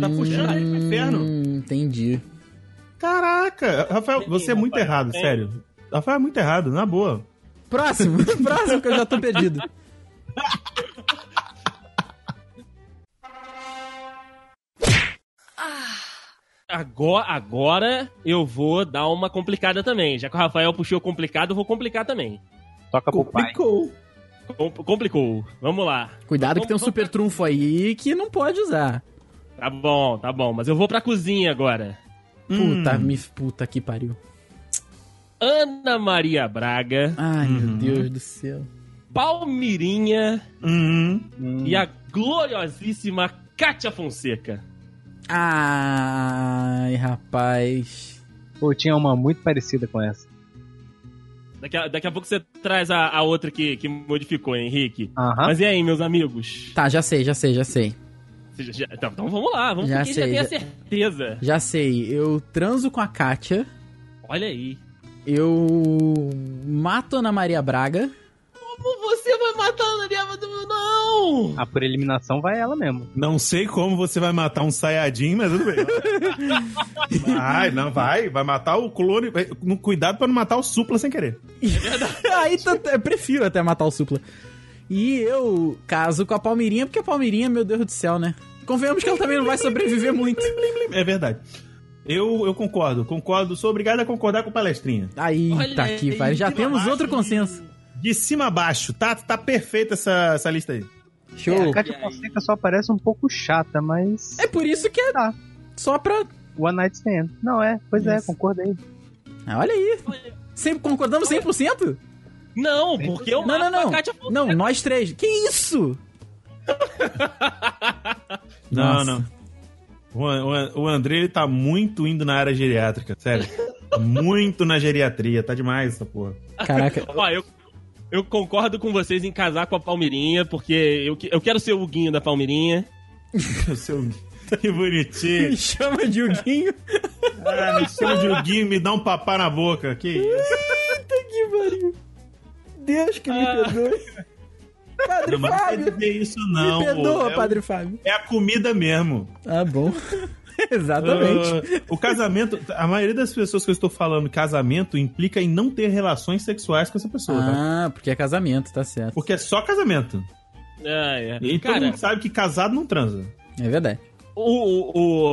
S5: Tá puxando ele pro inferno.
S2: Hum, Entendi.
S5: Caraca, Rafael,
S3: Sim,
S5: você é muito
S3: Rafael,
S5: errado,
S3: tem.
S5: sério. Rafael é muito errado, na boa.
S2: Próximo, [laughs] próximo que eu já tô perdido.
S3: Agora, agora eu vou dar uma complicada também. Já que o Rafael puxou complicado, eu vou complicar também.
S4: Toca pro pai.
S5: Complicou.
S3: Com- Complicou. Vamos lá.
S2: Cuidado que tem um super trunfo aí que não pode usar.
S3: Tá bom, tá bom. Mas eu vou pra cozinha agora.
S2: Puta, me, puta que pariu.
S3: Ana Maria Braga,
S2: Ai,
S5: Uhum.
S2: meu Deus do céu.
S3: Palmirinha
S5: Hum,
S4: Hum,
S3: e a gloriosíssima Cátia Fonseca.
S2: Ai, rapaz.
S4: Pô, tinha uma muito parecida com essa.
S3: Daqui a, daqui a pouco você traz a, a outra que, que modificou, hein, Henrique.
S4: Aham.
S3: Mas e aí, meus amigos?
S2: Tá, já sei, já sei, já sei.
S3: Vocês já- então, então vamos lá, vamos
S2: Já
S3: porque já
S2: sei,
S3: tem a
S2: já-
S3: certeza.
S2: Já sei. Eu transo com a Kátia.
S3: Olha aí.
S2: Eu mato Ana Maria Braga. [laughs]
S3: Como você vai matando a Não!
S4: Ah, por eliminação vai ela mesmo.
S5: não sei como você vai matar um Sayajin, mas [laughs] tudo bem. vai, não vai. Vai matar o clone. vai- no- Cuidado pra não matar o supla sem querer.
S2: Aí tanto- eu prefiro até matar o Supla. E eu caso com a Palmeirinha, porque a Palmeirinha, meu Deus do céu, né? Convenhamos que ela também não vai sobreviver muito.
S5: É verdade. Eu, eu concordo, concordo. Sou obrigado a concordar com o palestrinha.
S2: Aí,
S3: Olha
S2: tá aqui,
S3: aí,
S2: vai. Já
S5: que
S2: temos
S5: babaca,
S2: outro
S5: hein?
S2: consenso.
S5: De cima a baixo, tá, tá perfeita essa, essa lista aí.
S2: Show.
S4: A Cátia
S3: E aí?
S4: Fonseca só parece um pouco chata, mas.
S2: É por isso que é
S4: Tá.
S2: só pra.
S4: One Night Stand. Não é? Pois é,
S2: Isso.
S4: concordei.
S2: Ah, olha aí. Sempre concordamos 100%?
S3: Não, porque eu
S2: Não, não,
S3: mato
S2: não.
S3: a Cátia Fonseca.
S2: Não, nós três. Que isso? Nossa.
S5: Não, não. O, An- o An- o André, ele tá muito indo na área geriátrica, sério. muito na geriatria, tá demais
S2: [laughs]
S5: essa porra.
S2: Caraca.
S3: Ó, eu, eu concordo com vocês em casar com a Palmeirinha, porque eu, que- eu quero ser o Huguinho da Palmeirinha.
S5: Meu seu... Que Tá bonitinho.
S2: Me chama de [laughs] Huguinho.
S5: Ah, me chama de Huguinho, me dá um papá na boca. Que isso?
S2: Que pariu. Deus que me perdoe. Padre
S5: Não, mas não quer
S2: Fábio.
S5: dizer isso, não.
S2: me perdoa,
S5: pô. É o-
S2: Padre Fábio.
S5: É a comida mesmo.
S2: Ah, [laughs] bom. Exatamente.
S5: Ah, o casamento, a maioria das pessoas que eu estou falando, casamento implica em não ter relações sexuais com essa pessoa, tá?
S2: Ah, porque é casamento, tá certo.
S5: Porque é só casamento.
S3: Ah, é.
S5: E todo
S3: Cara,
S5: mundo sabe que casado não transa.
S2: É verdade.
S3: o,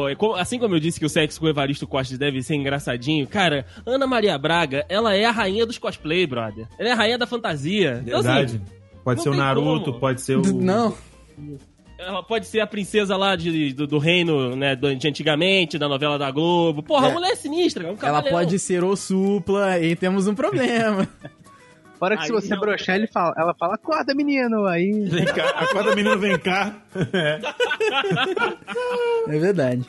S3: o- o- co- assim como eu disse que o sexo com o Evaristo Costa deve ser engraçadinho, cara, Ana Maria Braga, ela é a rainha dos cosplay, brother. Ela é a rainha da fantasia. Então,
S5: Verdade.
S3: assim,
S5: pode
S3: não
S5: ser o
S3: tem
S5: Naruto,
S3: como.
S5: pode ser o.
S2: [laughs] Não,
S3: ela pode ser a princesa lá de, do, do reino, né, do- de antigamente, da novela da Globo. Porra,
S2: É.
S3: a mulher é sinistra, é um
S2: ela
S3: camaleão.
S2: pode ser o supla e temos um [laughs] problema.
S4: Fora que se
S3: Aí
S4: você
S3: não. é.
S4: broxar, ele fala, ela fala, acorda, menino! Aí.
S5: Vem cá, acorda menino, vem cá.
S2: É verdade.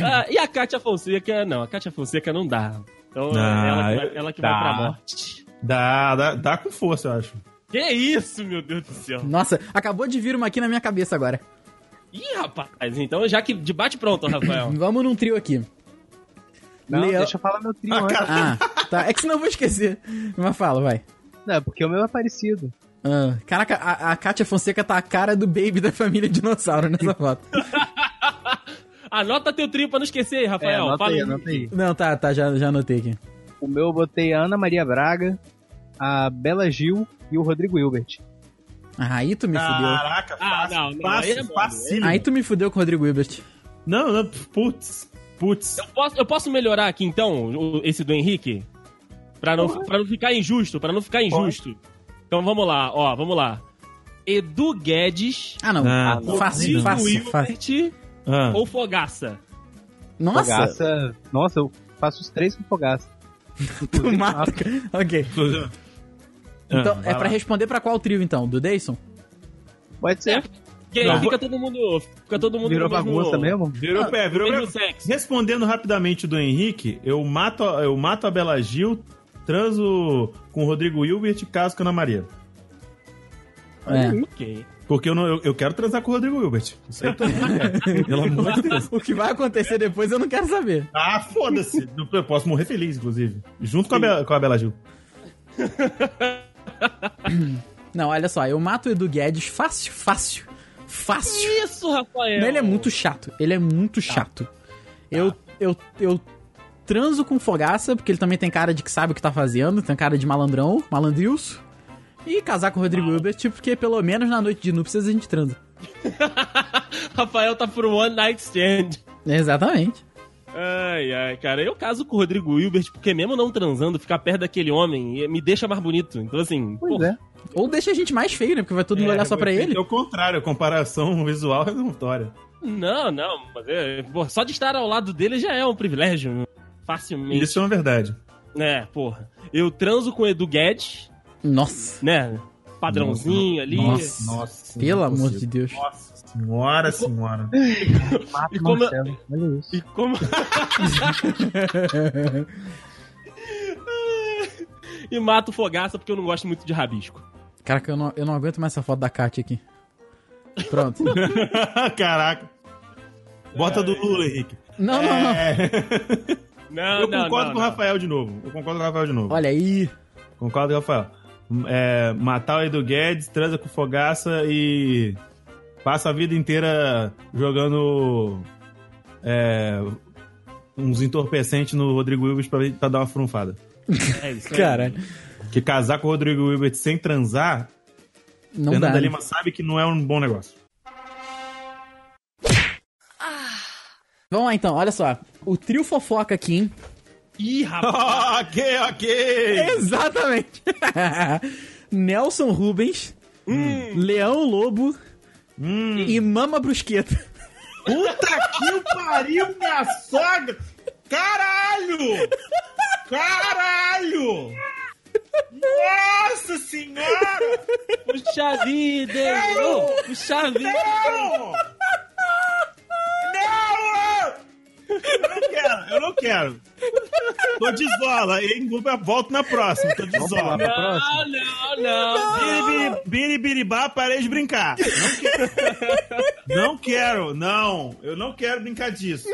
S3: Ah, e a Cátia Fonseca, não, a Cátia Fonseca não dá. Então,
S5: Ah,
S3: é ela que, vai, ela que vai
S5: dá.
S3: pra morte.
S5: Dá, dá, dá com força, eu acho.
S3: Que isso, meu Deus do céu.
S2: Nossa, acabou de vir uma aqui na minha cabeça agora.
S3: Ih, rapaz, então já que de bate pronto,
S2: [coughs]
S3: Rafael.
S2: Vamos num trio aqui.
S4: Não,
S2: Leo-
S4: deixa eu falar meu trio antes.
S2: Ah, tá. É que senão eu vou esquecer. Mas fala, vai.
S4: Não, porque o meu é parecido.
S2: Ah, caraca, a, a Kátia Fonseca tá a cara do baby da família dinossauro nessa foto.
S3: Anota teu trio pra não esquecer,
S4: É,
S3: Rafael.
S4: anota
S3: Fala um,
S4: aí,
S3: aí.
S4: anota aí.
S2: Não, tá, tá, já, já anotei aqui.
S4: O meu eu botei a Ana Maria Braga, a Bela Gil e o Rodrigo Hilbert.
S2: Ah, Aí tu me fudeu.
S5: Caraca,
S3: Ah,
S5: fácil,
S3: não, não,
S5: fácil,
S3: aí é foda.
S5: facílimo.
S2: Aí tu me fudeu com o Rodrigo Hilbert.
S5: Não, não, putz, putz.
S3: Posso- eu posso melhorar aqui, então, o- esse do Henrique? Pra não, pra não ficar injusto, pra não ficar injusto. Então vamos lá, ó, vamos lá. Edu Guedes,
S2: Ah, não.
S5: Ah,
S2: Ah, fácil,
S3: Rodrigo
S2: fácil, fácil.
S3: Hilbert
S5: Ah.
S3: ou Fogaça?
S2: Nossa,
S4: Fogaça. Nossa, eu faço os três com fogaça.
S2: tu marca. [laughs] Ok. Então,
S5: Ah,
S2: é
S5: vai
S2: pra
S5: lá.
S2: responder pra qual trio, então? Do Dayson?
S4: Pode ser.
S3: Que aí
S5: Não.
S3: fica todo mundo. Fica É, todo mundo
S4: Virou
S3: no mesmo-
S4: bagunça mesmo?
S5: Virou
S3: Ah,
S5: pé, virou
S3: mesmo
S5: pé.
S3: sexo.
S5: Respondendo rapidamente do Henrique, eu mato, a- eu mato a Bela Gil, transo com o Rodrigo Hilbert e caso com a Ana Maria.
S2: [laughs] É.
S3: Ok.
S5: Porque eu, não, eu, eu quero transar com o Rodrigo Hilbert.
S3: [laughs]
S5: Isso aí todo mundo quer. Pelo amor de Deus.
S2: O que vai acontecer depois eu não quero saber.
S5: Ah, foda-se. [laughs] Eu posso morrer feliz, inclusive. Junto com a Bela, com a Bela Gil.
S2: Não, olha só, eu mato o Edu Guedes fácil, fácil. Fácil.
S3: Isso, Rafael!
S2: Ele é muito chato. Ele é muito
S5: Tá.
S2: chato. Eu, eu, eu transo com fogaça, porque ele também tem cara de que sabe o que tá fazendo, tem cara de malandrão, malandrilso. E casar com o
S5: Tá.
S2: Rodrigo Hilbert, porque pelo menos na noite de núpcias a gente transa.
S3: Rafael tá por um one night stand.
S2: Exatamente.
S3: Ai, ai, cara, eu caso com o Rodrigo Hilbert, porque mesmo não transando, ficar perto daquele homem eh, me deixa mais bonito. Então, assim,
S4: Pois
S3: pô,
S4: é.
S2: Ou deixa a gente mais feio, né? Porque vai todo mundo olhar só pra ele.
S5: É o contrário, a comparação visual é notória.
S3: não, não, mas é, pô, só de estar ao lado dele já é um privilégio. Facilmente.
S5: Isso é uma verdade.
S3: É, porra. Eu transo com o Edu Guedes,
S2: Nossa,
S3: né? Padrãozinho ali.
S5: Nossa, nossa. é
S2: pelo
S5: impossível.
S2: amor de Deus.
S5: Nossa senhora, senhora.
S4: Mata
S3: E
S4: o
S3: como-
S4: Marcelo. Olha isso.
S3: E como. [laughs] e mato fogaça porque eu não gosto muito de rabisco.
S2: Caraca, eu não, eu não aguento mais essa foto da Kátia aqui.
S5: [laughs]
S2: Pronto.
S5: [laughs] Caraca. Bota do Lula, Henrique.
S2: Não, não, não.
S5: É.
S3: Não,
S5: Eu
S3: não,
S5: concordo
S3: não,
S5: com o
S3: não.
S5: Rafael de novo. Eu concordo com o Rafael de novo.
S2: Olha aí.
S5: Concordo com o Rafael. É, matar o Edu Guedes, transa com fogaça e passa a vida inteira jogando é, uns entorpecentes no Rodrigo Wilbert pra, pra dar uma frunfada.
S3: É isso aí.
S2: Caralho.
S5: Porque casar com o Rodrigo Wilbert sem transar,
S2: Não
S5: Fernanda
S2: dá. né?
S5: Lima sabe que não é um bom negócio.
S2: Vamos lá então, olha só. O trio fofoca aqui, hein?
S3: Ih, rapaz.
S5: [laughs] ok, ok!
S2: Exatamente. [laughs] Nelson Rubens,
S3: Hum.
S2: Leão Lobo
S5: Hum,
S2: e Mama Brusqueta.
S5: puta que pariu, minha sogra! Caralho! Caralho! Nossa senhora!
S3: Puxa vida! hein? Ô, Puxa vida!
S5: Não! Não! Eu não quero, eu não quero. Tô de zola, hein? Vou- Volto na próxima, tô de
S4: Vamos lá
S5: zola.
S4: pra
S3: Não,
S4: próxima?
S3: não,
S5: É.
S3: não!
S5: Biribiri- Biribiribá, parei de brincar. Não quero. Não quero, não. Eu não quero brincar disso.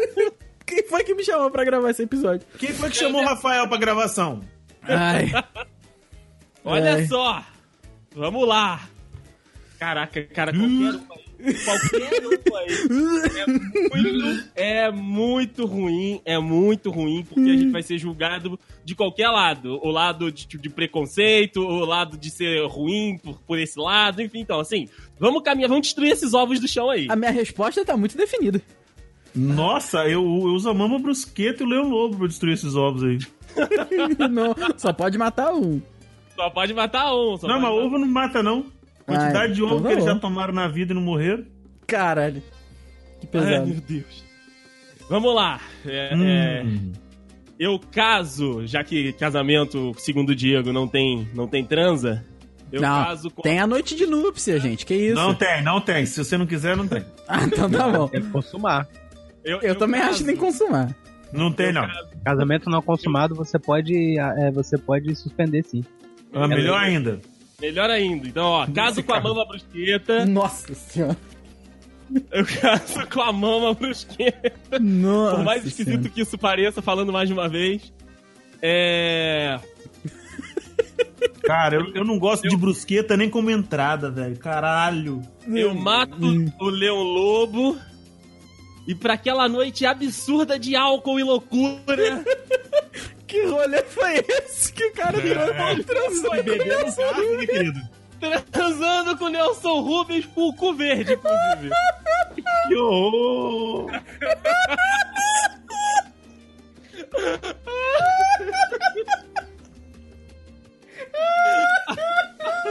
S2: [laughs] Quem foi que me chamou pra gravar esse episódio?
S5: Quem foi que chamou o Rafael pra gravação?
S2: Ai,
S3: Olha
S2: É.
S3: só! Vamos lá! Caraca, cara, qualquer um aí. Qualquer um aí. É muito, é muito ruim, é muito ruim, porque a gente vai ser julgado de qualquer lado. O lado de, de preconceito, o lado de ser ruim por, por esse lado, enfim, então, assim, vamos caminhar, vamos destruir esses ovos do chão aí.
S2: a minha resposta tá muito definida. [laughs]
S5: Nossa, eu, eu uso a Mama Brusqueta e o Leão Lobo pra destruir esses ovos aí.
S2: Não, só pode matar um.
S3: Só pode matar um. Só
S5: Não,
S3: pode matar
S5: mas ovo não mata, não. Quantidade
S2: Ai,
S5: de ovo
S2: então
S5: que eles
S2: tá
S5: já
S2: bom.
S5: tomaram na vida e não morreram.
S2: Caralho. Que
S3: um. Ai,
S2: pesado.
S3: meu Deus. Vamos lá. É, é,
S5: Hum.
S3: eu caso, já que casamento, segundo o Diego, não tem, não tem transa, eu
S2: Não,
S3: caso com.
S2: Tem a noite de núpcia, gente. Que isso?
S5: Não tem, não tem. Se você não quiser, não tem.
S2: Ah, então tá
S3: [laughs]
S2: bom.
S4: Tem que consumar.
S2: Eu também acho que tem que consumar.
S5: Não tem, não.
S4: Casamento não consumado, você pode, é, você pode suspender sim.
S5: Ah, melhor ainda.
S3: Melhor ainda. Então, ó, caso com a mama brusqueta,
S2: Nossa senhora.
S3: eu caso com a mama brusqueta.
S2: Hum. Nossa.
S3: Por mais esquisito que isso pareça, falando mais uma vez. É.
S5: Cara, eu, eu não gosto de brusqueta nem como entrada, velho. Caralho.
S2: senhora.
S3: Eu mato
S2: Hum.
S3: o Leão Lobo. E pra aquela noite absurda de álcool e loucura. [laughs]
S2: Que rolê foi esse que o cara virou e transou e bebeu?
S5: Caralho, né, querido?
S3: transando com o Nelson Rubens com o cu verde, inclusive.
S5: Que horror.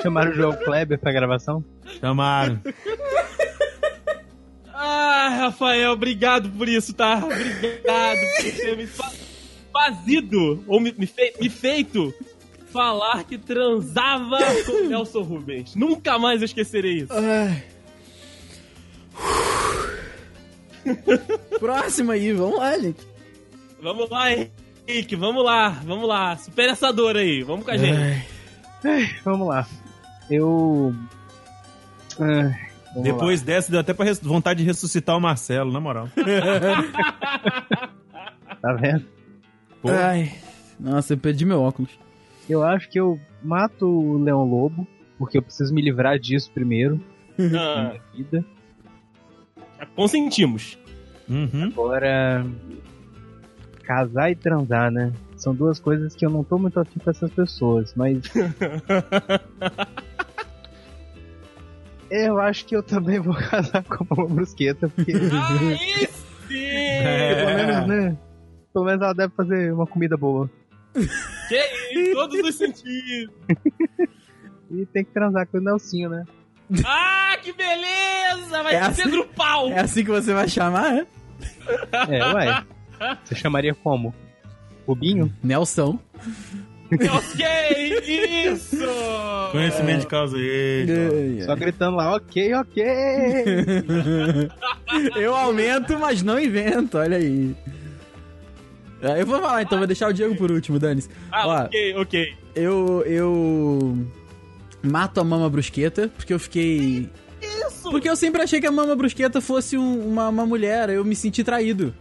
S4: Chamaram o João Kleber pra gravação?
S5: Chamaram.
S3: Ah, Rafael, obrigado por isso, tá? Obrigado por ter me fa- fazido, ou me, me fei- me feito falar que transava com o Nelson Rubens. Nunca mais eu esquecerei isso.
S2: Próximo aí, vamos lá, gente.
S3: Vamos lá, Henrique, vamos lá, vamos lá. Supera essa dor aí, vamos com a gente.
S4: [laughs] Vamos lá. Eu. Ah, vamos lá.
S5: Depois dessa, deu até pra res- vontade de ressuscitar o Marcelo, na moral.
S4: Tá vendo?
S5: Pô.
S2: Ai. Nossa, eu perdi meu óculos.
S4: Eu acho que eu mato o Leão Lobo porque eu preciso me livrar disso primeiro na
S3: Ah,
S4: minha vida.
S3: consentimos.
S4: [laughs]
S5: Uhum.
S4: Agora, casar e transar, né? São duas coisas que eu não tô muito afim com essas pessoas,
S5: [laughs]
S4: mas. eu acho que eu também vou casar com uma brusqueta, porque.
S3: Aí sim!
S5: É.
S4: Pelo menos, né? Pelo menos ela deve fazer uma comida boa.
S3: Que em todos os sentidos.
S4: E tem que transar com o Nelsinho, né?
S3: Ah, que beleza! Vai
S2: É
S3: ser
S2: assim-
S3: Pedro Pau!
S2: É assim que você vai chamar, é?
S4: É, ué. Você chamaria como? Rubinho?
S2: Nelson. assim.
S3: Ok, isso!
S5: Conhecimento de causa
S2: É.
S5: aí. então.
S4: Só gritando lá, ok, ok!
S2: Eu aumento, mas não invento, olha aí. É, Eu vou falar então, vou deixar o Diego por último, Dani.
S3: Ah,
S2: Ó.
S3: ok, ok.
S2: Eu. Eu. Mato a mama brusqueta, porque eu fiquei.
S3: Isso!
S2: Porque eu sempre achei que a mama brusqueta fosse um- uma, uma mulher, eu me senti traído.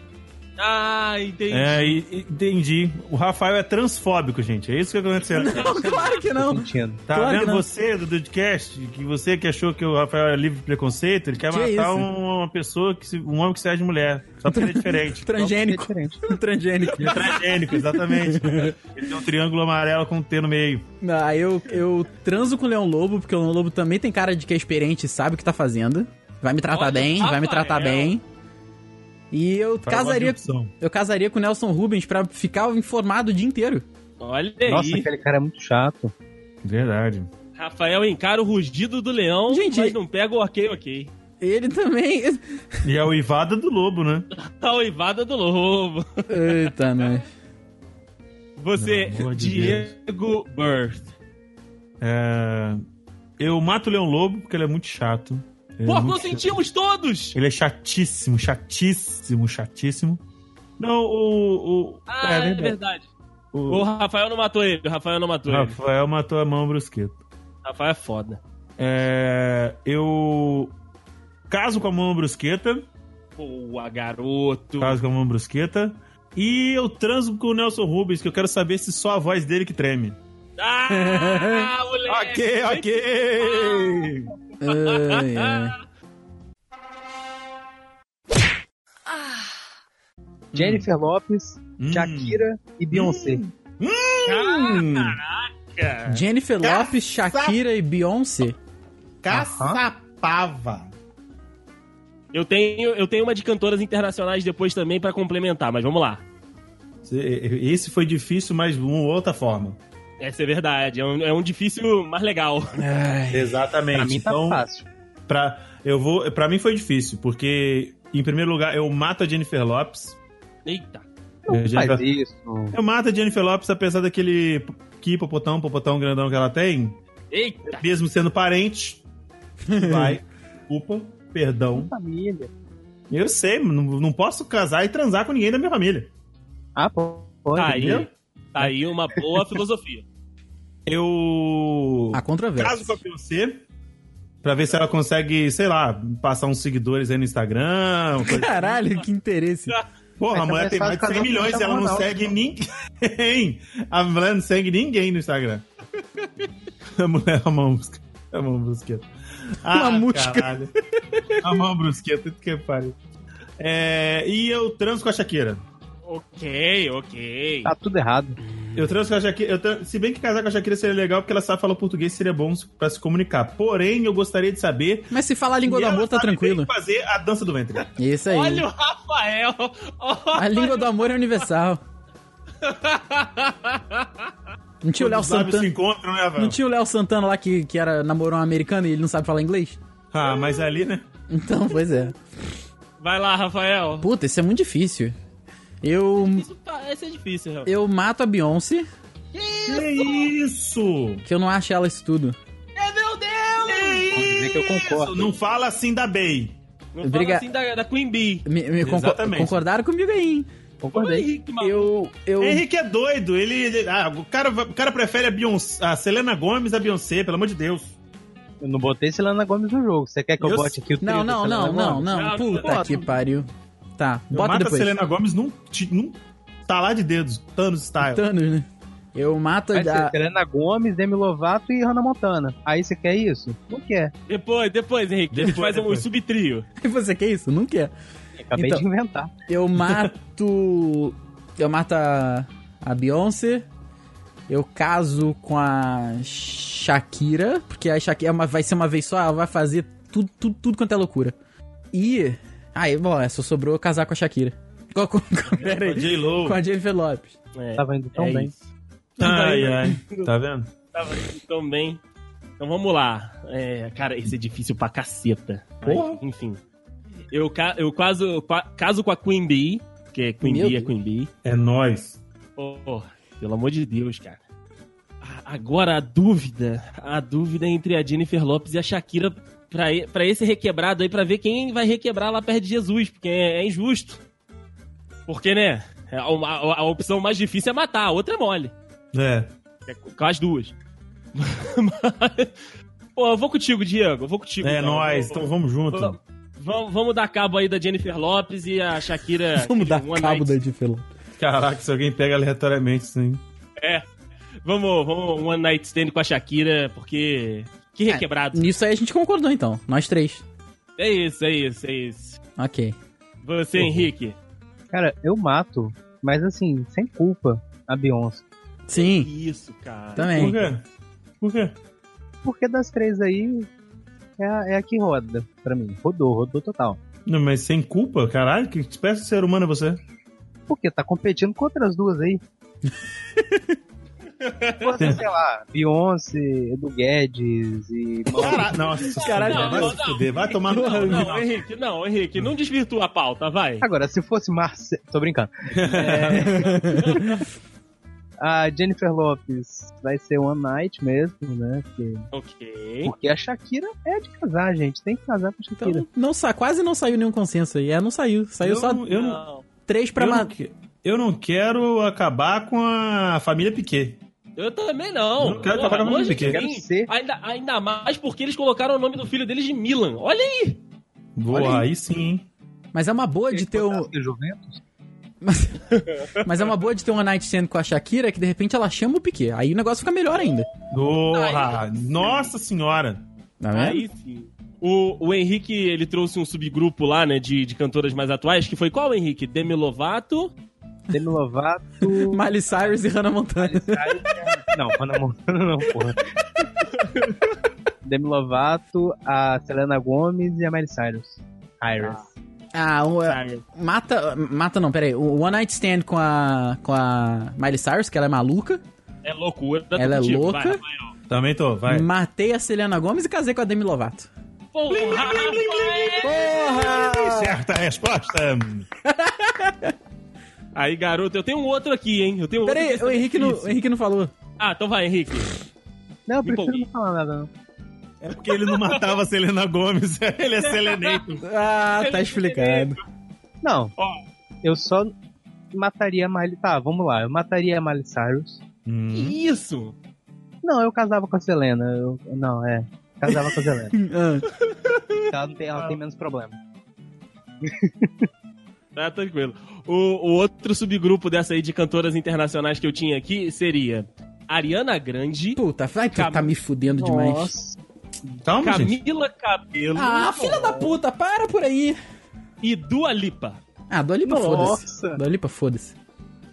S3: Ah, entendi.
S5: É, e- e- entendi. O Rafael é transfóbico, gente. É isso que tá acontecendo.
S2: claro que
S4: Tô
S2: não.
S4: mentindo.
S5: Tá
S2: Claro que
S5: vendo
S2: não.
S5: você do podcast, que você que achou que o Rafael é livre de preconceito, ele quer
S2: Que
S5: matar
S2: isso?
S5: um- uma pessoa que se- um homem que se age de mulher. Só porque ele
S2: [laughs]
S5: é diferente.
S2: Transgênico.
S4: É diferente.
S2: [laughs] Transgênico.
S5: Ele é transgênico, exatamente. Ele tem um triângulo amarelo com um T no meio.
S2: Ah, eu, eu transo com o Leão Lobo, porque o Leão Lobo também tem cara de que é experiente e sabe o que tá fazendo. Vai me tratar
S3: Olha,
S2: bem, vai me
S3: Rafael.
S2: tratar bem. E eu
S5: Fala
S2: casaria,
S5: uma opção.
S2: eu casaria com o Nelson Rubens pra ficar informado o dia inteiro.
S3: Olha
S4: Nossa,
S3: aí.
S4: aquele cara é muito chato.
S5: Verdade.
S3: Rafael encara o rugido do leão,
S2: Gente,
S3: mas não pega o ok, ok.
S2: Ele também. [laughs]
S5: E a uivada do lobo, né?
S3: A oivada do lobo.
S2: Eita, nós.
S3: Você,
S5: Pelo amor de
S3: Diego Birth.
S5: É, Eu mato o Leão Lobo porque ele é muito chato. Ele
S3: Pô,
S5: é muito chato.
S3: consentimos todos!
S5: Ele é chatíssimo, chatíssimo, chatíssimo. Não, o. o-
S3: Ah, é verdade. O
S5: O
S3: Rafael não matou ele, o Rafael não matou ele.
S5: Rafael matou a mão brusqueta.
S3: Rafael é foda.
S5: É, eu caso com a mão brusqueta,
S3: Boa, garoto.
S5: caso com a mão brusqueta, e eu transo com o Nelson Rubens, que eu quero saber se só a voz dele que treme. [laughs]
S3: Ah, moleque!
S5: Ok, ok.
S2: Ai, ai.
S4: Jennifer Lopes,
S5: Hum.
S4: Shakira e Beyoncé.
S3: Ah!
S5: Hum.
S3: Cara.
S2: Jennifer Lopes, Shakira e Beyoncé.
S5: Caçapava.
S3: Eu tenho, eu tenho uma de cantoras internacionais depois também pra complementar, mas vamos lá.
S5: Esse foi difícil, mas de uma outra forma.
S3: Essa é verdade, é um, é um difícil mais legal. [laughs]
S5: Exatamente.
S4: Pra mim tá
S5: então,
S4: fácil.
S5: pra, eu vou, pra mim foi difícil, porque, em primeiro lugar, eu mato a Jennifer Lopes.
S3: Eita.
S4: Não
S5: Eu já-
S4: faz isso.
S5: Eu mato a Jennifer Lopes, apesar daquele que popotão, popotão grandão que ela tem,
S3: Eita.
S5: mesmo sendo parente. Vai, culpa, perdão.
S4: Família.
S5: Eu sei, não, não posso casar e transar com ninguém da minha família.
S4: Ah, pô.
S3: Tá
S4: Pode.
S3: aí,
S5: entendeu?
S3: tá aí uma boa filosofia.
S5: Eu
S2: A
S5: caso
S2: [laughs]
S5: com
S2: controvérsia.
S5: a Beyoncé pra ver se ela consegue, sei lá, passar uns seguidores aí no Instagram. uma coisa-
S2: Caralho, que interesse.
S5: Tá. Porra, a
S4: Mas
S2: é
S5: mulher
S4: também
S5: tem mais de
S4: faz
S5: 100
S4: casar
S5: milhões
S4: com
S5: e ela não
S4: Cristiano
S5: segue ninguém. A mulher não segue ninguém no Instagram. [laughs] A mulher é uma música. É uma brusqueta.
S2: [laughs]
S5: Ah,
S2: Uma música.
S5: Caralho. A mão brusqueta, que pariu. É, e eu transo com a Shakira.
S3: [laughs] ok, ok.
S4: Tá tudo errado.
S5: Eu transo com a Shakira. eu tran- Se bem que casar com a Shakira seria legal, porque ela sabe falar português, seria bom pra se comunicar. Porém, eu gostaria de saber.
S2: Mas se falar a língua
S5: se
S2: do
S5: ela
S2: amor, tá
S5: sabe bem
S2: tranquilo.
S5: fazer a dança do ventre.
S2: Isso aí.
S3: Olha o Rafael! [laughs] Olha-
S2: A língua do amor é
S5: [laughs]
S2: universal. Não tinha o Léo
S5: Os lábios se
S2: Santana.
S5: encontram, né,
S2: Não
S5: Val?
S2: tinha o Léo Santana lá que, que era, namorou um americano e ele não sabe falar inglês?
S5: Ah, mas ali, né?
S2: Então,
S5: [laughs]
S2: pois é.
S3: Vai lá, Rafael.
S2: Puta, isso é muito difícil. Eu.
S3: Isso tá, esse é difícil, Rafael.
S2: Eu mato a Beyoncé,
S5: Que isso?
S2: que eu não acho ela isso tudo.
S3: Meu Deus!
S4: Vou dizer que eu concordo.
S5: Não fala assim da Bey.
S3: Não
S2: Obriga-
S3: fala assim da, da Queen Bee.
S2: Me, me concor-
S5: Exatamente.
S2: concordaram comigo aí, hein?
S3: Olha
S4: Concordei.
S3: aí, que maluco.
S2: Eu. eu...
S5: Henrique é doido. Ele, ele- ah, o, cara, o cara prefere a, Beyoncé, a Selena Gomes a Beyoncé, pelo amor de Deus.
S4: Eu não botei Selena Gomes no jogo. Você quer que eu,
S5: Eu
S4: bote
S5: sei.
S4: aqui o trio
S2: Não,
S4: da
S2: não,
S4: Selena
S2: não, não,
S4: Gomez?
S2: não.
S3: Não,
S2: Puta
S3: bota.
S2: que pariu. Tá,
S5: Eu
S2: bota
S5: mato
S2: depois.
S5: a tá
S3: Então,
S5: Selena Gomes num, ti- num talar de dedos, Thanos style.
S2: Thanos, né? Eu mato
S4: Aí
S2: a... [laughs]
S4: você, Helena Gomes, Demi Lovato e Hannah Montana. Aí você quer isso? Não quer.
S3: Depois, depois, Henrique, a gente
S5: Depois,
S3: faz
S5: depois.
S3: um subtrio.
S2: Você quer isso? Não quer.
S4: Acabei
S2: Então.
S4: de inventar.
S2: Eu mato. eu mato a, a Beyoncé. Eu caso com a Shakira. Porque a Shakira é uma- vai ser uma vez só, ela vai fazer tudo, tudo, tudo quanto é loucura. E. Aí, bom, é, só sobrou eu casar com a Shakira. Com, com, com, pera aí.
S5: J-Lo.
S2: Com a Jennifer Lopes.
S3: É,
S4: Tava indo tão
S3: é
S4: bem.
S3: isso.
S5: Ai, ai. Tá vendo?
S3: Tava aqui também. Então vamos lá. É, cara, esse é difícil pra caceta. Mas,
S5: Porra.
S3: enfim. Eu, ca- eu quase eu qua- caso com a Queen Bee, que é Queen
S2: Meu
S3: Bee é
S2: Deus.
S3: Queen Bee.
S5: É nós.
S3: Pô, pelo amor de Deus, cara. A- Agora a dúvida, a dúvida é entre a Jennifer Lopes e a Shakira pra, e- pra esse requebrado aí, pra ver quem vai requebrar lá perto de Jesus, porque é, é injusto. Porque, né, a, a- a opção mais difícil é matar, a outra é mole.
S5: É.
S3: É, com as duas. [laughs] Pô, eu vou contigo, Diego. Eu vou contigo.
S5: É
S3: então.
S5: nós. Então vamos junto.
S3: Vamos, vamos, vamos dar cabo aí da Jennifer Lopes e a Shakira.
S2: [laughs] Vamos dar
S3: É, One
S2: cabo
S3: night-
S2: da Jennifer Lopes.
S5: Caraca, se alguém pega aleatoriamente, sim.
S3: É. Vamos, vamos um One Night Stand com a Shakira, porque. Que
S2: É.
S3: requebrado.
S2: Nisso aí a gente concordou então, nós três.
S3: É isso, é isso, é isso.
S2: Ok.
S3: Você, Henrique.
S4: Cara, eu mato, mas assim, sem culpa, a Beyoncé.
S2: Sim,
S3: Isso, cara.
S5: Por
S2: também.
S5: quê? Por quê?
S4: Porque das três aí, é a, é a que roda pra mim. Rodou, rodou total.
S5: Não, mas sem culpa, caralho, que espécie de ser humano é você?
S4: Porque tá competindo com outras
S3: [laughs]
S4: duas aí. Você, sei lá, Beyoncé, Edu Guedes e...
S5: Caralho, nossa,
S2: Caralho,
S5: senhora, vai
S3: não,
S5: se
S3: não.
S5: fuder, vai tomar no né?
S3: Não,
S5: cu.
S3: não, Henrique, não, Henrique, não desvirtua a pauta, vai.
S4: Agora, se fosse Marcelo.
S2: [laughs]
S4: Tô brincando. É. a Jennifer Lopes vai ser One Night mesmo, né? Porque,
S3: Ok.
S4: porque a Shakira é de casar, gente. Tem que casar com a Shakira.
S2: Então, não, sa- quase não saiu nenhum consenso aí. É, não saiu. Saiu
S5: Eu
S2: só
S5: não- eu não-
S2: três pra
S5: eu, não
S2: matar.
S5: que- eu não quero acabar com a família Piquet.
S3: Eu também não.
S5: Eu não quero
S3: Porra,
S5: trabalhar com
S3: hoje sim,
S5: ninguém.
S4: Quero ser.
S3: Ainda, ainda mais porque eles colocaram o nome do filho deles de Milan. Olha aí.
S5: Boa, aí sim, hein?
S2: Mas é uma boa de ter um.
S4: Fantástico e Juventus?
S2: Mas, mas é uma boa de ter uma night stand com a Shakira que de repente ela chama o Piquet. Aí o negócio fica melhor ainda.
S5: Boa! Nossa senhora!
S2: Tá vendo?
S3: Aí sim. O, o Henrique, ele trouxe um subgrupo lá, né, de, de cantoras mais atuais, que foi qual, Henrique? Demi Lovato?
S2: [laughs]
S4: Demi Lovato.
S2: Miley Cyrus e Hannah Montana.
S4: não, Hannah Montana não, porra. Demi Lovato, a Selena Gomes e a Miley Cyrus. Cyrus.
S2: Ah, um, é, mata. Mata não, peraí. O One Night Stand com a. com a Miley Cyrus, que ela é maluca.
S3: É loucura. tá
S2: Ela é
S3: contigo,
S2: louca.
S3: vai, Rafael.
S5: Também tô,
S2: Hum.
S5: vai.
S2: Matei a Selena Gomes e casei com a Demi Lovato.
S3: Porra, Rafael!
S2: Porra!
S5: Certa resposta!
S3: Aí, garoto, eu tenho um outro aqui, hein? Eu tenho outro
S2: Peraí,
S3: que
S2: o
S3: é
S2: Henrique, não,
S3: difícil.
S2: o Henrique não falou.
S3: Ah, então vai, Henrique.
S4: Não, eu prefiro
S3: Empolguei.
S4: não falar nada, não.
S5: É porque ele não matava a Selena Gomes, [laughs] ele é Selenator. [laughs]
S2: Ah, tá explicado.
S4: Não,
S3: Ó,
S4: eu só mataria a Miley. Tá, vamos lá. Eu mataria a Miley Cyrus.
S3: que
S5: Hum.
S3: isso?
S4: Não, eu casava com a Selena. eu- não, é. Casava com
S2: [laughs]
S4: a Selena.
S2: Ah,
S4: Ela, não tem, ela tem menos problema.
S3: Tá tranquilo. O, o outro subgrupo dessa aí de cantoras internacionais que eu tinha aqui seria Ariana Grande,
S2: Ah, puta, vai, tu
S3: Cam-
S2: tá me fudendo demais.
S4: Nossa.
S5: Calma, gente.
S3: Camila Cabello
S2: Ah, filha da puta, para por aí.
S3: e Dua Lipa.
S2: Ah, Dua Lipa, foda-se.
S4: Nossa.
S2: Dua Lipa, foda-se.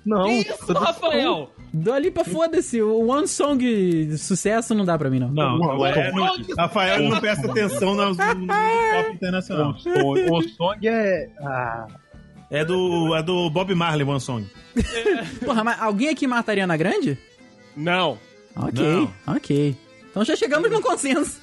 S4: Não.
S3: Isso, Rafael!
S2: Dua Lipa, foda-se. O One Song sucesso não dá pra mim, não.
S5: Não, não é. não- Rafael ele não presta atenção no, no pop
S4: O,
S5: internacional.
S4: song- o song é. Ah,
S5: É do, é do Bob Marley, One Song.
S2: Porra, mas alguém aqui mata a Ariana Grande?
S3: Não.
S2: Ok,
S5: Não.
S2: ok. Então já chegamos num consenso.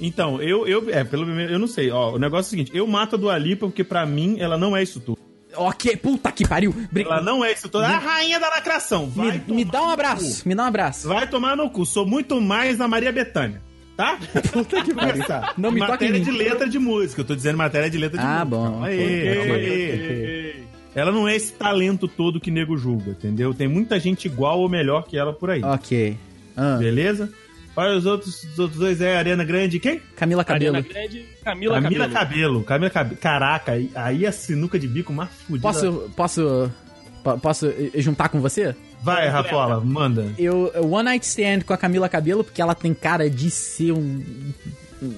S5: Então, eu, eu, é, pelo menos, eu não sei. Ó, o negócio é o seguinte: eu mato a Dua Lipa porque pra mim ela não é isso tudo.
S2: Ok, puta que pariu. Bri-
S5: Ela não é isso tudo. É a rainha da lacração. Vai,
S2: Me,
S5: tomar,
S2: me dá um abraço, me dá um abraço.
S5: vai tomar no cu. Sou muito mais da Maria Bethânia. Tá? Puta que começar.
S2: Não me toque
S5: matéria
S2: em mim.
S5: de letra de música. Eu tô dizendo matéria de letra de
S2: Ah,
S5: música.
S2: bom.
S5: Calma aí,
S2: Ok,
S5: calma aí. Ela não é esse talento todo que nego julga, entendeu? Tem muita gente igual ou melhor que ela por aí.
S2: Ok. Ah,
S5: Beleza? Olha os outros, os outros dois é Ariana Grande e quem?
S2: Camila Cabelo.
S3: Ariana Grande, Camila,
S5: Camila
S3: Cabello.
S5: Cabelo. Camila Cabelo. Caraca, aí, aí a sinuca de bico mais fudida.
S2: Posso, posso Po- Posso eh, juntar com você?
S5: Vai, Rafola, manda.
S2: Eu, eu One Night Stand com a Camila Cabelo, porque ela tem cara de ser um.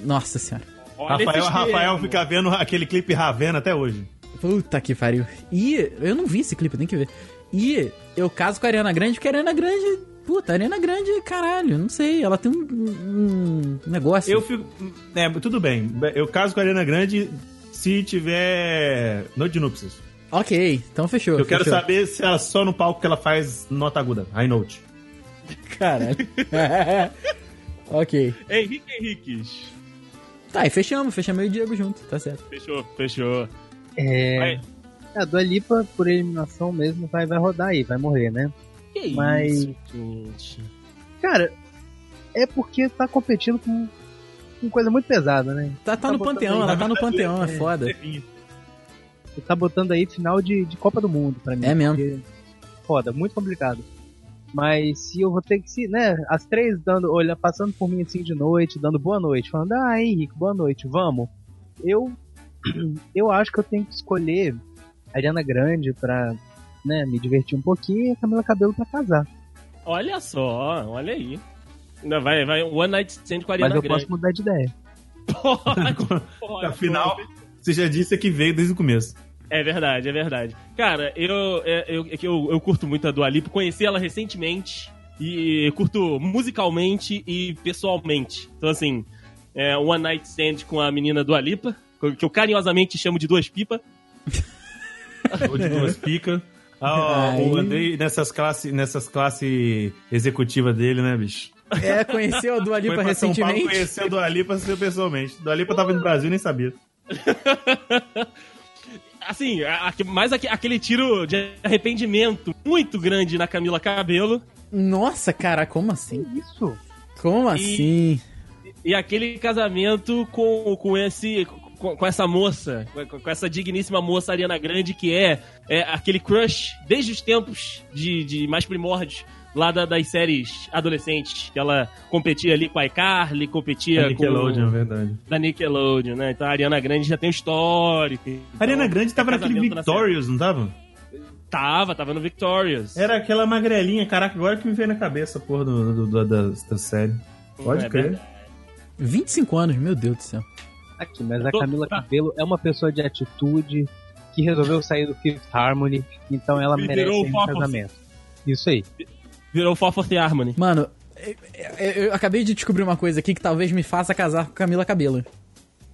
S2: Nossa senhora.
S3: Olha
S5: Rafael,
S3: esses
S5: Rafael
S3: termos.
S5: fica vendo aquele clipe Ravena até hoje.
S2: Puta que pariu. E eu não vi esse clipe, tem que ver. E eu caso com a Ariana Grande, porque a Ariana Grande. Puta, a Ariana Grande, caralho, não sei. Ela tem um, um negócio.
S5: Eu fico. É, tudo bem. Eu caso com a Ariana Grande se tiver. Noite de núpcias.
S2: Ok, então fechou.
S5: Eu quero
S2: fechou.
S5: saber se ela só no palco que ela faz nota aguda, high note.
S2: Caralho. [laughs] ok.
S3: Henrique Henriques.
S2: Tá, e fechamos, fechamos eu e o Diego junto, tá certo.
S3: Fechou, fechou.
S4: É,
S3: Vai.
S4: a Dua Lipa, por eliminação mesmo, vai, vai rodar aí, vai morrer, né?
S3: Que
S4: Mas-
S3: isso, gente.
S4: Cara, é porque tá competindo com, com coisa muito pesada, né?
S2: Tá, tá no
S4: botando
S2: panteão,
S4: aí,
S2: ela tá no panteão, é foda.
S4: Você tá botando aí final de, de Copa do Mundo pra mim.
S2: É mesmo.
S4: porque- Foda, muito complicado. Mas se eu vou ter que se, né, as três dando, olha, passando por mim assim de noite, dando boa noite, falando: "Ah, Henrique, boa noite, vamos". Eu [clears throat] eu acho que eu tenho que escolher a Ariana Grande pra, né, me divertir um pouquinho e a Camila Cabelo pra casar.
S3: Olha só, olha aí. Ainda vai, vai. um One Night Stand com a
S4: Mas
S3: Ariana
S4: eu
S3: Grande. [laughs]
S4: posso mudar de ideia.
S3: Pode,
S5: [laughs] Afinal, você já disse que veio desde o começo.
S3: É verdade, é verdade. Cara, eu, é, eu, é que eu, eu curto muito a Dua Lipa, conheci ela recentemente e curto musicalmente e pessoalmente. Então, assim, é, One Night Stand com a menina Dua Lipa, que eu carinhosamente chamo de Duas Pipa.
S5: Ou de duas picas. Ah,
S2: Aí.
S5: o Andrei nessas classes nessas classe executiva dele, né, bicho?
S2: É, conheceu a Dua Lipa
S5: pra São Paulo
S2: recentemente.
S5: conhecer a Dua Lipa seu pessoalmente. Dua Lipa tava no Brasil e nem sabia.
S3: Assim, a- a- mais aque- aquele tiro de arrependimento muito grande na Camila Cabelo
S2: Nossa, cara, como assim?
S4: Isso.
S2: Como
S3: E-
S2: assim?
S3: e aquele casamento com, com esse. Com, com essa moça, com, com essa digníssima moça Ariana Grande, que é, é aquele crush desde os tempos de, de mais primórdios lá da- das séries adolescentes, que ela competia ali com a iCarly, competia
S5: A Nickelodeon, é
S3: com
S5: verdade.
S3: da Nickelodeon, né? Então a Ariana Grande já tem um histórico. Então,
S5: A Ariana Grande tava
S3: é
S5: naquele
S3: casamento na
S5: Victorious, É. não tava?
S3: série. Tava, tava no Victorious.
S5: Era aquela magrelinha, caraca, agora que me veio na cabeça, porra, do, do- do- da, da série. Pode
S3: É
S5: crer.
S2: 25 anos, meu Deus do céu.
S4: Aqui, mas a
S3: Tô-
S4: Camila
S3: tá.
S4: Cabelo é uma pessoa de atitude que resolveu sair do Fifth Harmony, então ela
S3: Liberou
S4: merece
S3: o
S4: aí um
S3: Focus.
S4: casamento. Isso aí.
S3: Virou Fofa The Harmony.
S2: Mano, eu, eu- eu acabei de descobrir uma coisa aqui que talvez me faça casar com Camila Cabelo.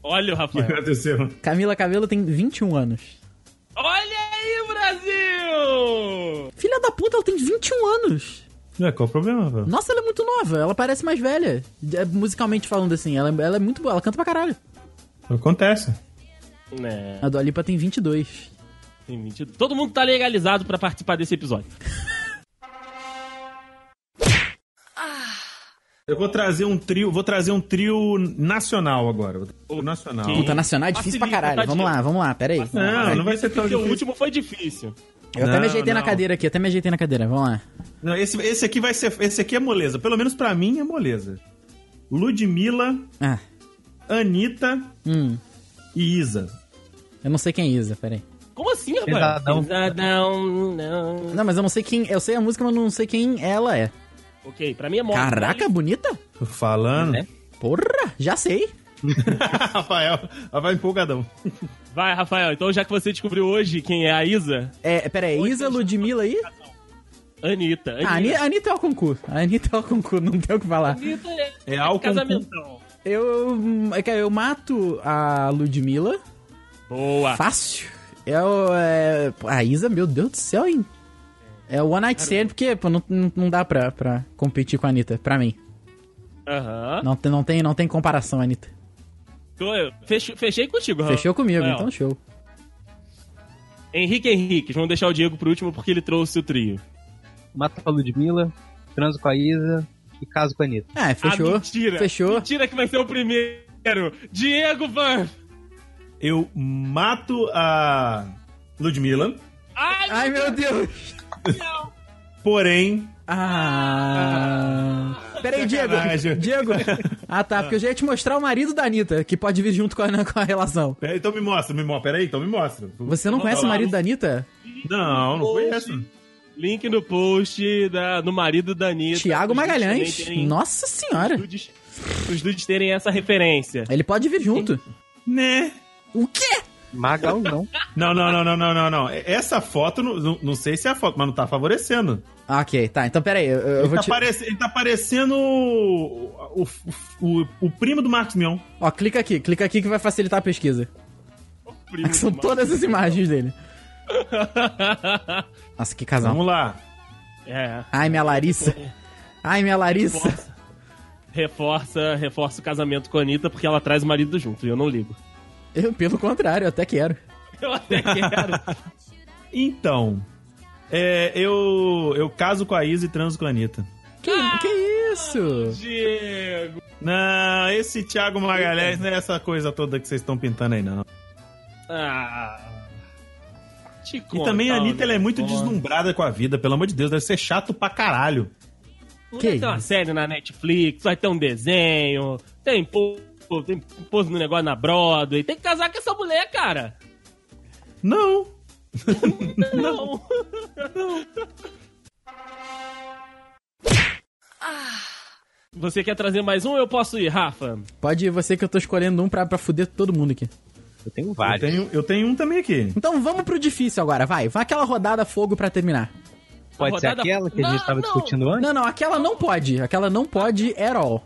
S3: Olha o
S5: O que [laughs]
S3: Rafael.
S5: aconteceu?
S2: Camila Cabelo tem 21 anos.
S3: Olha aí, Brasil!
S2: Filha da puta, ela tem 21 anos.
S5: Ué, É, qual o problema, velho?
S2: Nossa, ela é muito nova, ela parece mais velha. É, musicalmente falando assim, ela, ela é muito boa, ela canta pra caralho.
S5: Acontece.
S3: Né?
S2: A Dua Lipa tem 22.
S3: Tem 22. Todo mundo tá legalizado pra participar desse episódio.
S2: Tá
S5: Eu vou trazer um trio, vou trazer um trio nacional agora. O nacional.
S3: que- tá-
S2: Puta, nacional é difícil pra
S3: Facilita,
S2: caralho. Vamos lá, vamos lá, pera aí.
S5: Não, não vai ser tão
S3: Porque é o
S5: difícil.
S3: último foi difícil.
S2: Eu até me
S5: Não,
S2: ajeitei na
S5: não.
S2: cadeira aqui, até me ajeitei na cadeira, vamos lá.
S5: Não, esse, esse aqui vai ser, esse aqui é moleza. Pelo menos pra mim é moleza. Ludmilla,
S2: Ah,
S5: Anitta
S2: hum,
S5: e Isa.
S2: eu não sei quem é Isa, pera aí.
S3: Como assim, rapaz?
S4: Pesadão.
S3: Pesadão, não.
S2: Não, mas eu não sei quem. Eu sei a música, mas não sei quem ela é.
S3: Ok, pra mim é morte.
S2: Caraca, bonita?
S5: Tô falando.
S3: É?
S2: Porra, já sei.
S5: [laughs] Rafael, Rafael é empolgadão.
S3: Vai, Rafael. Então, já que você descobriu hoje quem é a Isa,
S2: É, pera aí, Isa Ludmilla aí?
S3: Anitta. Anitta,
S2: Ah, Ani- Anitta é o concurso. Anitta é o concurso, não tem o que falar.
S3: Anitta é,
S5: É álcool.
S3: casamentão.
S2: Eu. hum, é que Eu mato a Ludmilla.
S3: Boa.
S2: Fácil. Eu, é, pô, a Isa, meu Deus do céu, hein? É o One Night Stand, porque pô, não, não não dá pra, pra competir com a Anitta, pra mim.
S3: Aham.
S2: Não, tem- não, tem, não tem comparação, Anitta.
S3: Então, eu fech- Fechei contigo, Rafael.
S2: Fechou comigo,
S3: Rafael.
S2: então show.
S3: Henrique Henrique. Vamos deixar o Diego pro último porque ele trouxe o trio.
S4: Mato a Ludmilla, transo com a Isa e caso com a Anitta.
S2: É,
S3: Ah,
S2: fechou.
S3: mentira.
S2: Fechou.
S3: Mentira que vai ser o primeiro. Diego Van.
S5: Eu mato a Ludmilla,
S3: Ai,
S2: Ai, meu Deus.
S5: porém
S2: Ah. Peraí, Diego.
S5: Sacanagem.
S2: Diego. Ah, tá. Porque eu já ia te mostrar o marido da Anitta, que pode vir junto com a, com a relação.
S5: Peraí, então me mostra, me mostra. Peraí, então me mostra.
S2: Você não conhece o marido da Anitta?
S5: Não, não conheço.
S3: Link no post da, do marido da Anitta.
S2: Tiago
S3: Os dudes
S2: Magalhães.
S3: também terem-
S2: Nossa senhora.
S3: Os dudes, os dudes terem essa referência.
S2: Ele pode vir junto.
S5: Né?
S2: O quê?
S4: Magal não.
S5: Não, não, não, não, não, não, não. É, Essa foto, não, não- não sei se é a foto, mas não tá favorecendo.
S2: Ah, Ok, tá. Então peraí, eu, eu
S5: Ele,
S2: vou
S5: tá
S2: te.
S5: parece- ele tá parecendo o, o, o- o primo do Marcos Mion.
S2: Ó, clica aqui, clica aqui que vai facilitar a pesquisa.
S3: Primo
S2: São
S3: do
S2: todas as imagens dele.
S3: Marcos.
S2: Nossa, que casal.
S5: Vamos lá.
S3: é.
S2: Ai, minha Larissa. Ai, minha Larissa.
S3: Reforça, reforça, reforça o casamento com a Anitta porque ela traz o marido junto e eu não ligo. [laughs]
S2: Eu, pelo contrário, eu até quero.
S3: Eu até quero.
S5: [laughs] Então, é, eu, eu caso com a Isa e transo com a Anitta.
S2: Que, que isso?
S3: Diego.
S5: Não, esse Thiago Magalhães não é essa coisa toda que vocês estão pintando aí, não.
S3: Ah. Te
S5: E
S3: contar
S5: também a
S3: um
S5: Anitta ela é muito
S3: negócio.
S5: deslumbrada com a vida, pelo amor de Deus, deve ser chato pra caralho.
S3: Vai
S2: Que
S3: ter uma série na Netflix, vai ter um desenho, tem pô, tem pôs no negócio na Broadway. Tem que casar com essa mulher, cara.
S5: Não,
S3: Não. Você quer trazer mais um ou eu posso ir, Rafa?
S2: Pode ir você que eu tô escolhendo um pra, pra fuder todo mundo aqui.
S4: Eu tenho
S5: eu
S4: vários.
S5: tenho, eu tenho um também aqui.
S2: Então vamos pro difícil agora, vai. Vai aquela rodada fogo pra terminar.
S4: Então Pode ser
S3: rodada-
S4: aquela que a gente
S3: Não,
S4: tava
S3: não.
S4: discutindo antes?
S2: Não, não, aquela não pode. Aquela não pode at all.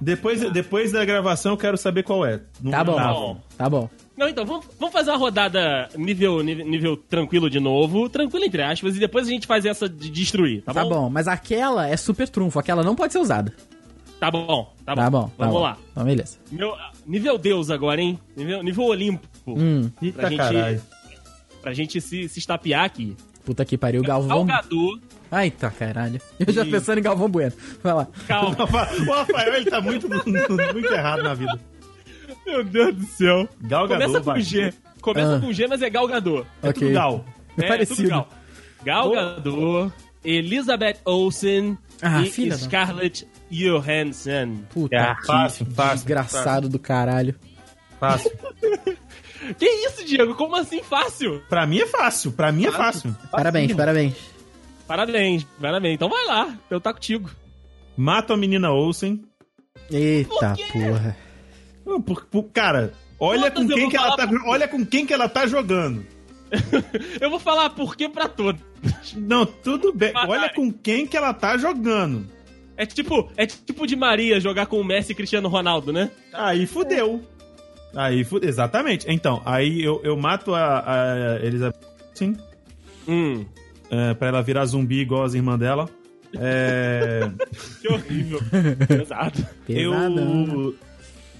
S5: Depois, depois da gravação eu quero saber qual é. Não
S2: Tá bom.
S5: lembrava.
S2: Tá bom.
S3: Não, então, vamos, vamos fazer uma rodada nível, nível, nível tranquilo de novo. Tranquilo, entre aspas, e depois a gente faz essa de destruir, tá,
S2: Tá
S3: bom?
S2: bom, mas aquela é super trunfo. Aquela não pode ser usada.
S3: Tá bom, tá bom.
S2: Tá bom. tá
S3: Vamos
S2: bom.
S3: lá.
S2: Então, beleza.
S3: Meu, nível Deus agora, hein? Nível, nível Olimpo.
S2: Hum,
S5: Eita,
S3: Pra gente-
S5: caralho.
S3: Pra gente se, se estapear aqui.
S2: puta que pariu, Galvão.
S3: Tá Salgador,
S2: Ai, tá caralho. Eu já pensando em Galvão Bueno. Vai lá.
S4: [laughs]
S5: um
S3: calma.
S5: [laughs] O Rafael, ele tá muito, [laughs] muito errado na vida.
S3: Meu Deus do céu.
S5: Galgador,
S3: Começa com
S5: vai.
S3: G. Começa
S2: Ah.
S3: com G, mas é Galgador.
S2: ok.
S5: Gal.
S2: É parecido.
S3: Gal. Galgador, Elizabeth Olsen
S2: Ah,
S3: e
S2: filha da-
S3: Scarlett Johansson.
S2: Puta
S5: Ah,
S2: que
S5: fácil, fácil,
S2: desgraçado do caralho.
S5: Fácil.
S3: Que isso, Diego? Como assim fácil?
S5: Pra mim é fácil, pra mim é fácil.
S2: Parabéns, parabéns.
S3: Parabéns, parabéns. Então vai lá, eu tá contigo. [laughs]
S5: Mato a menina Olsen.
S2: Eita
S3: Por quê?
S2: porra.
S5: Não, por- por- cara, olha
S3: Todas
S5: com,
S3: eu
S5: quem
S3: vou
S5: que ela tá,
S3: falar
S5: olha com quem que ela tá jogando.
S3: Eu vou falar por que pra todos.
S5: Não, tudo bem.
S3: Matarem.
S5: Olha com quem que ela tá jogando.
S3: É tipo, é tipo de Maria jogar com o Messi e Cristiano Ronaldo, né?
S5: Aí fudeu. Aí fudeu. Exatamente. Então, aí eu, eu mato a, a Elizabeth Olsen
S3: [laughs] Hum,
S5: é, pra ela virar zumbi igual as irmãs dela. É,
S3: que horrível. Pesado.
S2: Pesadão.
S5: eu,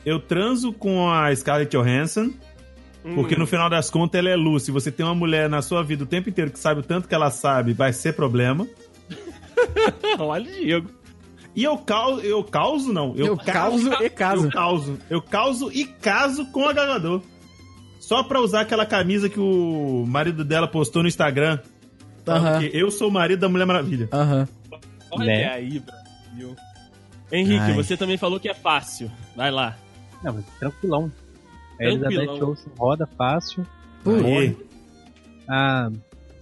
S5: eu transo com a Scarlett Johansson.
S3: Hum.
S5: Porque no final das contas ela é luz. Se você tem uma mulher na sua vida o tempo inteiro que sabe o tanto que ela sabe, vai ser problema.
S3: [laughs] Olha o Diego.
S5: E eu causo. Eu causo, não. Eu,
S2: Eu causo e caso.
S5: Eu causo. Eu causo e caso com a ganhador. Só pra usar aquela camisa que o marido dela postou no Instagram.
S2: Aham.
S5: Porque eu sou o marido da Mulher Maravilha.
S2: Aham.
S3: Olha
S4: Né?
S3: aí, Brasil. Henrique,
S2: Ai.
S3: você também falou que é fácil. Vai lá.
S4: Não, mas tranquilão. A
S3: Tranquilão.
S4: Elizabeth Olsen assim, roda fácil.
S5: Aí.
S4: A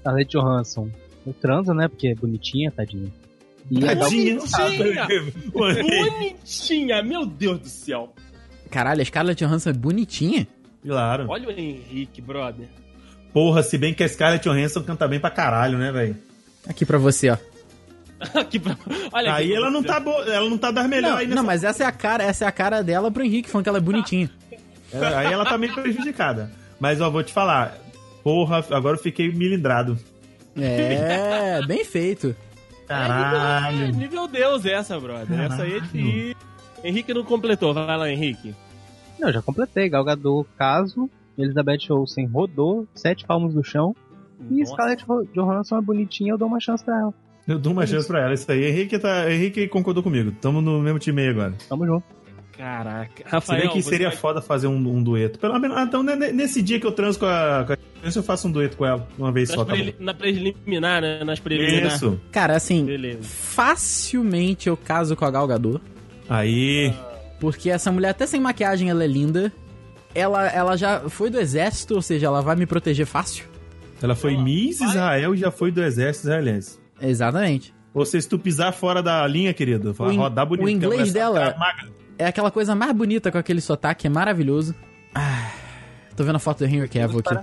S4: Scarlett Johansson eu transa, né? Porque é bonitinha, tadinha. E a Gal-
S5: Tadinha.
S3: Tadinha.
S5: Ué,
S3: Bonitinha, meu Deus do céu.
S2: Caralho, a Scarlett Johansson é bonitinha.
S5: Claro.
S3: Olha o Henrique, brother.
S5: Porra, se bem que a Scarlett Johansson canta bem pra caralho, né, velho?
S2: Aqui pra você, ó.
S3: [laughs] Aqui pra- Olha aqui
S5: Aí
S3: pra
S5: ela não
S3: você.
S5: tá boa, ela não tá das melhores
S2: Não,
S5: aí
S2: não, mas essa é a cara, essa é a cara dela pro Henrique falando que ela é bonitinha.
S5: É, Aí [laughs] ela tá meio prejudicada. Mas ó, vou te falar. Porra, agora eu fiquei milindrado.
S2: É, bem feito.
S3: É,
S5: Caralho.
S3: nível Deus essa, brother. Essa aí é difícil. Henrique não completou. Vai lá, Henrique.
S4: Não, já completei. Galgador, caso. Elizabeth Olsen rodou, sete palmos do chão. E
S3: Nossa.
S4: Scarlett Johansson é bonitinha, eu dou uma chance pra ela.
S5: Eu dou uma chance pra ela. Isso aí. Henrique, tá, Henrique concordou comigo. Tamo no mesmo time aí agora.
S4: Tamo junto.
S5: Caraca.
S3: Rafael,
S5: Se bem que
S3: você
S5: seria
S3: vai-
S5: foda fazer um, um dueto. Pelo menos, ah, então, ne- ne- nesse dia que eu transo com a, com a criança, eu faço um dueto com ela uma vez
S3: Nas
S5: só, tá
S3: preli-
S5: bom?
S3: Na preliminar, né? Nas preliminares.
S5: Isso.
S2: Cara, assim,
S3: Beleza.
S2: facilmente eu caso com a Gal Gadot,
S5: Aí.
S3: Ah,
S2: porque essa mulher até sem maquiagem ela é linda. Ela, ela já foi do exército, ou seja, ela vai me proteger fácil.
S5: Ela foi Miss Israel e já foi do exército israelense.
S2: Exatamente.
S5: Ou seja, se tu pisar fora da linha, querido, vai
S2: O in-
S5: rodar bonito.
S2: o
S5: porque a
S2: inglês
S5: mulher
S2: dela-
S5: tá magra.
S2: É aquela coisa mais bonita com aquele sotaque, é maravilhoso. Ah, tô vendo a foto do Henry Cavill aqui.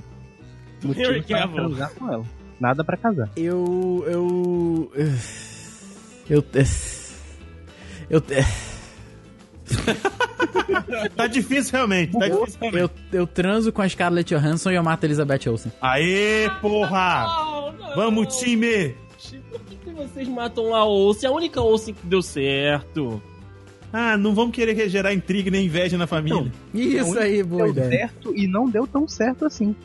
S3: Henry
S4: Pra
S3: Cavill.
S4: transar com ela. Nada pra casar.
S2: Eu. Eu. Eu. Eu.
S5: Tá difícil, realmente. Tá
S2: Eu,
S5: difícil, realmente.
S2: eu, eu transo com a Scarlett Johansson e eu mato a Elizabeth Olsen.
S5: É Aê, porra! Ah, Vamos, time!
S3: Por que que vocês matam a Olsen? A única Olsen que deu certo.
S5: Ah, não vamos querer gerar intriga nem inveja na família.
S2: Isso aí, boa
S4: deu
S2: ideia.
S4: certo e não deu tão certo assim.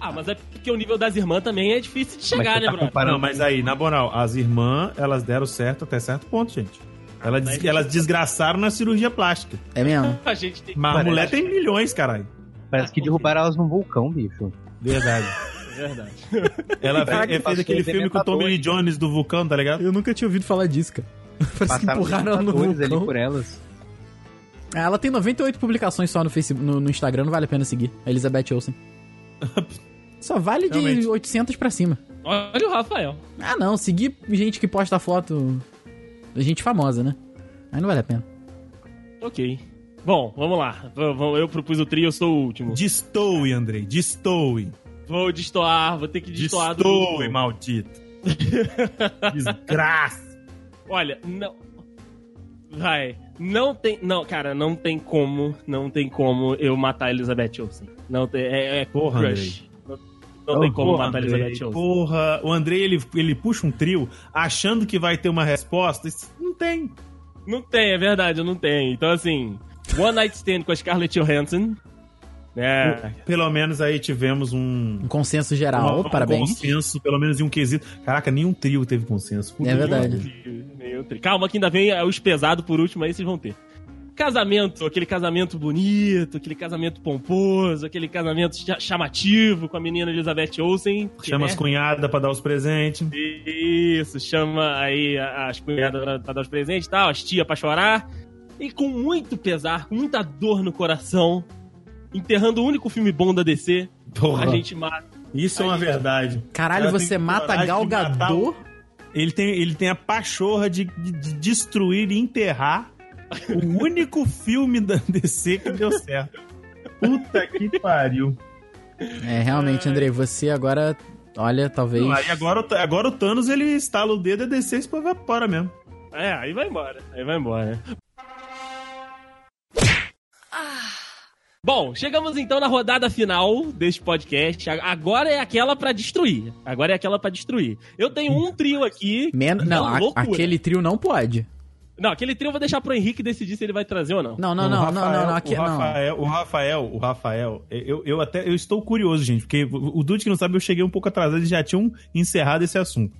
S3: Ah, mas é porque o nível das irmãs também é difícil de chegar,
S4: Mas você
S3: né,
S4: tá
S3: brother?
S5: não, mas aí, na moral, as irmãs, elas deram certo até certo ponto, gente. Elas, des- elas desgraçaram na cirurgia plástica.
S2: É mesmo?
S3: A gente tem que...
S5: Mas a
S4: Parece.
S5: mulher tem milhões, caralho.
S4: Parece que derrubaram elas num vulcão, bicho.
S5: Verdade.
S3: [laughs] Verdade.
S5: Ela fe-
S4: Caraca,
S5: fez,
S4: passou
S5: aquele filme com o Tommy Lee Jones do vulcão, tá ligado?
S2: Eu nunca tinha ouvido falar disso, cara. [laughs] Parece
S5: assim,
S2: que empurraram ela no
S4: alimentadores ali
S2: vulcão.
S4: por elas.
S2: Ah, Ela tem 98 publicações só no, Facebook, no, no Instagram, não vale a pena seguir. A Elizabeth
S5: [laughs]
S2: Olsen. Só vale de
S5: Realmente.
S2: 800 pra cima.
S3: Olha o Rafael.
S2: Ah, não. Seguir gente que posta foto. Gente famosa, né? Aí não vale a pena.
S3: Ok. Bom, vamos lá. V- v- Eu propus o trio, eu sou o último.
S5: Destoe, Andrei. Destoe.
S3: Vou destoar, vou ter que destoar do...
S5: Destoe, maldito. Desgraça.
S3: Olha, não. Vai. Não tem. Não, cara, não tem como. Não tem como eu matar a Elizabeth Olsen. Não tem. É, é
S5: Porra, Oh,
S3: crush. Não, não tem como
S5: Porra,
S3: matar a
S5: Andrei,
S3: Elizabeth Olsen.
S5: Porra, o Andrei, ele, ele puxa um trio achando que vai ter uma resposta. Isso não tem.
S3: Não tem, é verdade, não tem. Então, assim. One Night Stand com a Scarlett Johansson. É.
S5: Pelo menos aí tivemos um...
S2: Um consenso geral.
S5: um- um
S2: parabéns.
S5: consenso, pelo menos em um quesito. Caraca, nenhum trio teve consenso. Puta
S2: É
S5: que
S2: verdade.
S5: pariu.
S3: Meio tri- Calma, que ainda vem é, os pesados por último, aí vocês vão ter. Casamento, aquele casamento bonito, aquele casamento pomposo, aquele casamento cha- chamativo com a menina Elizabeth Olsen. porque,
S5: Chama
S3: né?
S5: as cunhadas pra dar os presentes.
S3: Isso, chama aí a- as cunhadas pra- pra dar os presentes e tal, as tia pra chorar. E com muito pesar, com muita dor no coração, enterrando o único filme bom da DC,
S5: Porra,
S3: a gente mata.
S5: isso é uma verdade.
S2: Caralho,
S5: Ela
S2: você
S5: tem
S2: mata
S5: coragem de
S2: Gal
S5: matar
S2: Gadot?
S5: Ele tem, ele tem a pachorra de, de- de destruir e enterrar o [laughs] único filme da DC que deu certo. Puta que pariu.
S2: É, realmente, Andrei, você agora. Olha, talvez.
S5: Aí agora, o- agora o Thanos ele estala o dedo e a DC evapora mesmo.
S3: É, aí vai embora, aí vai embora. Ah. Bom, chegamos então na rodada final deste podcast. A- Agora é aquela pra destruir. Agora é aquela pra destruir. Eu tenho um trio aqui.
S2: Men-
S3: que é
S2: Não,
S3: uma
S2: a-
S3: loucura.
S2: aquele trio não pode.
S3: Não, aquele trio eu vou deixar pro Henrique decidir se ele vai trazer ou não.
S2: Não, não, não, não, não, não, aqui
S5: o
S2: não.
S5: Rafael, O Rafael, o Rafael, eu, eu até eu estou curioso, gente, porque o Dude que não sabe, eu cheguei um pouco atrasado e já tinham encerrado esse assunto.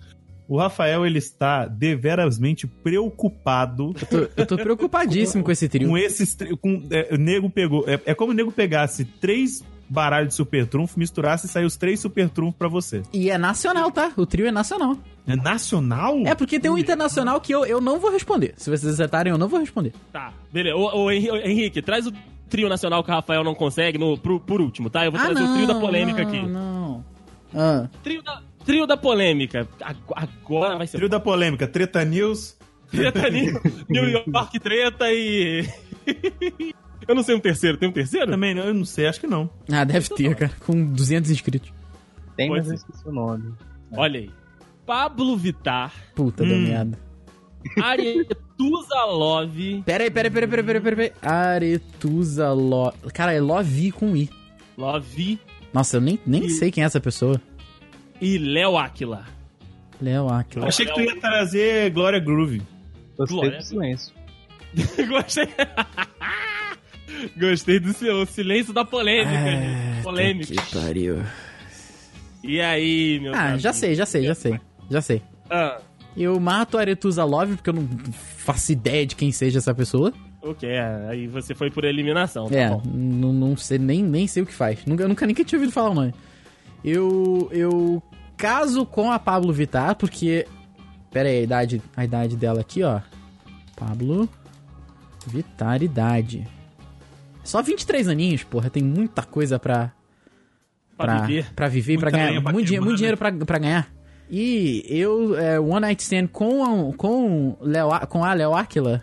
S5: O Rafael, ele está deverasmente preocupado
S2: Eu tô, eu tô preocupadíssimo com esse trio.
S5: com esses. tri- Com, é, o nego pegou. É, é como o nego pegasse três baralhos de super trunfo, misturasse e saiu os três super trunfo pra você.
S2: E é nacional, tá? O trio é nacional.
S5: É nacional?
S2: É porque tem um internacional que eu, eu não vou responder. Se vocês acertarem, eu não vou responder.
S3: Tá, beleza. Ô, ô, Henri- ô, Henrique, traz o trio nacional que o Rafael não consegue no, pro, por último, tá? Eu vou trazer o trio da polêmica
S2: Ah, não,
S3: aqui.
S2: Não, Ah,
S3: Trio da, trio da polêmica. Ag- Agora vai ser
S5: Trio da polêmica, treta news.
S3: treta ali. New York treta e. [laughs] Eu não sei um terceiro, tem um terceiro?
S5: Também, não, eu não sei, acho que não.
S2: Ah, deve ter, cara. Com 200 inscritos.
S4: Tem,
S3: Pode
S4: mas
S5: assim.
S4: eu
S3: ser.
S4: esqueci o nome.
S3: Olha aí. Pablo Vittar,
S2: Puta da
S5: Hum.
S2: merda.
S3: Arietuza Love.
S2: Peraí, peraí, peraí, peraí, peraí, peraí. peraí. Aretusa Lo... Cara, é Lovi com I.
S3: Love
S2: Nossa, eu nem, nem
S3: I.
S2: sei quem é essa pessoa.
S3: e Léo Áquila.
S2: Léo Aquila.
S5: achei que tu ia trazer Glória Groove.
S4: Gostei
S3: Glória.
S4: do silêncio.
S3: [laughs] Gostei. Gostei do seu silêncio da polêmica. gente. polêmica.
S2: Ah, Que pariu.
S3: E aí, meu
S2: Ah, já sei, já
S3: é,
S2: sei, já sei. Já sei.
S3: Ah,
S2: Eu mato a Aretusa Love, porque eu não faço ideia de quem seja essa pessoa.
S3: Ok, é, aí você foi por eliminação, tá
S2: é,
S3: bom.
S2: não, não sei, nem, nem sei o que faz. Nunca, eu nunca nem tinha ouvido falar o nome. Eu, eu caso com a Pablo Vittar, porque. Pera aí, a idade, a idade dela aqui, ó. Pablo Vittar, idade. Só 23 aninhos, porra, tem muita coisa pra.
S3: Pra viver.
S2: Pra viver e pra
S5: Muita
S2: ganhar.
S5: lenha pra
S2: muito, dinhe-
S5: queimar,
S2: muito
S5: né?
S2: dinheiro pra, pra ganhar. E eu, é, One Night Stand com, a- com, Léo A- com a Léo Aquila,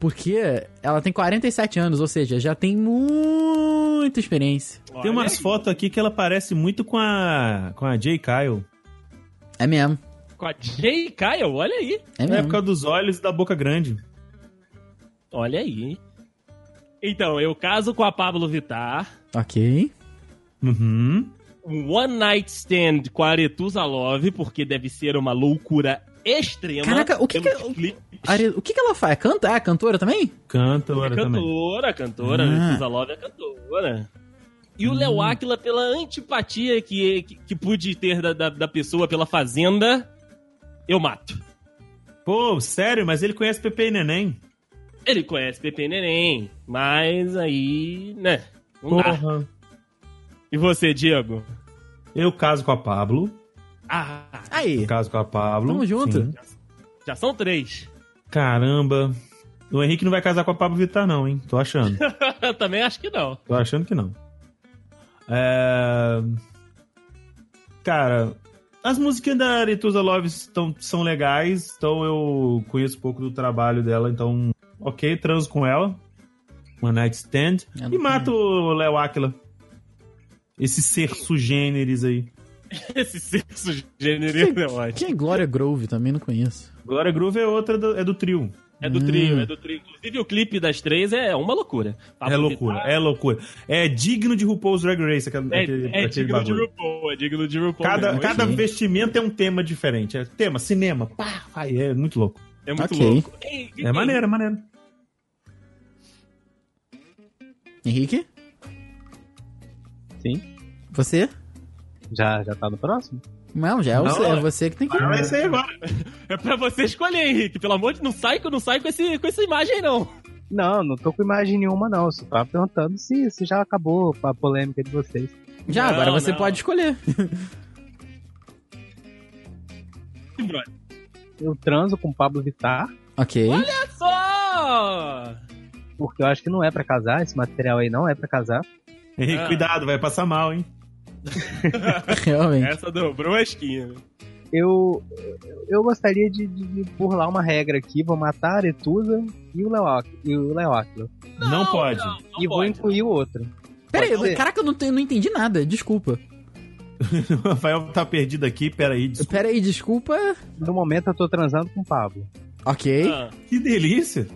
S2: porque ela tem 47 anos, ou seja, já tem muita experiência.
S5: Tem umas
S3: Olha,
S5: fotos aqui que ela parece muito com a com a Jay Kyle.
S2: É mesmo.
S3: Com a Jay Kyle, olha aí.
S2: É
S5: É
S2: mesmo.
S5: por causa dos olhos e da boca grande.
S3: Olha aí, hein? Então, eu caso com a Pablo Vittar,
S2: Ok.
S5: Uhum.
S3: um One Night Stand com a Aretusa Love, porque deve ser uma loucura extrema.
S2: Caraca, o que
S3: pelos
S2: que-
S3: clipes.
S2: Are- O que, que ela faz? Canta? É cantora também?
S5: Canta
S3: É
S5: agora também.
S3: cantora, cantora,
S2: Ah.
S3: Arethusa Love é cantora. E o Léo Áquila, pela antipatia que, que, que pude ter da, da, da pessoa pela Fazenda, eu mato.
S5: Pô, sério, mas ele conhece Pepe e Neném.
S3: Ele conhece Pepe Neném, mas aí, né, não dá.
S5: Porra.
S3: E você, Diego?
S5: Eu caso com a Pablo.
S3: Ah,
S2: Aí.
S5: Caso com a Pablo.
S2: Tamo junto.
S5: Sim.
S3: já são três. [laughs]
S5: Caramba. O Henrique não vai casar com a Pablo Vittar, não, hein? Tô achando.
S3: Eu também acho que não.
S5: Tô achando que não. É... Cara, as musiquinhas da Aretusa Love estão, são legais, então eu conheço pouco do trabalho dela, então, ok, transo com ela. One Night Stand.
S2: Eu não
S5: E mato o Léo Aquila. Esse ser sugêneres aí.
S3: Esse sexo gênero é ótimo.
S2: Quem é Glória Grove? Também não conheço.
S5: Glória Groove é outra, do- é do trio.
S3: É do trio, é do trio. Inclusive, o clipe das três é uma loucura.
S5: é loucura, é loucura. É digno de RuPaul's Drag Race aquele,
S3: É,
S5: aquele,
S3: é
S5: aquele
S3: digno
S5: bagulho.
S3: de RuPaul, é digno de RuPaul.
S5: Cada,
S3: mesmo.
S5: cada
S2: Sim.
S5: vestimento é um tema diferente. É tema, cinema, pá, vai, é muito louco.
S3: É muito
S2: Ok.
S3: louco. Ei,
S5: É
S3: ei,
S5: maneiro, é maneiro.
S2: Henrique?
S4: Sim.
S2: Você?
S4: Já, já tá no próximo?
S2: Não, já é,
S5: Não,
S2: você, é
S5: não.
S2: você que tem que.
S5: Ah, vai ser agora.
S3: É pra você escolher, Henrique. Pelo amor de Não sai, não sai com, esse, com essa imagem, não.
S4: Não, não tô com imagem nenhuma, não. Só tava perguntando se, se já acabou a polêmica de vocês.
S2: Já,
S3: Não,
S2: agora você
S3: não.
S2: pode escolher.
S3: brother.
S4: Eu transo com o Pablo Vittar,
S2: Ok.
S3: Só!
S4: porque eu acho que não é pra casar, esse material aí não é pra casar.
S5: Henrique,
S3: Ah.
S5: cuidado, vai passar mal, hein?
S2: [laughs] Realmente.
S3: Essa dobrou a esquina.
S4: Eu, eu gostaria de, de- de burlar uma regra aqui, vou matar a Aretusa e o Leoc- e o Leóquio.
S5: Não, pode.
S3: não
S4: E vou
S3: pode.
S4: incluir o outro.
S2: Pera aí,
S4: Pode ser?
S2: eu- caraca, eu não, tenho- não entendi nada. Desculpa.
S5: [laughs] O Rafael tá perdido aqui, peraí. Desculpa.
S2: Pera aí, desculpa.
S4: No momento eu tô transando com o Pablo.
S3: [laughs]
S2: Ok.
S3: Ah,
S5: Que delícia.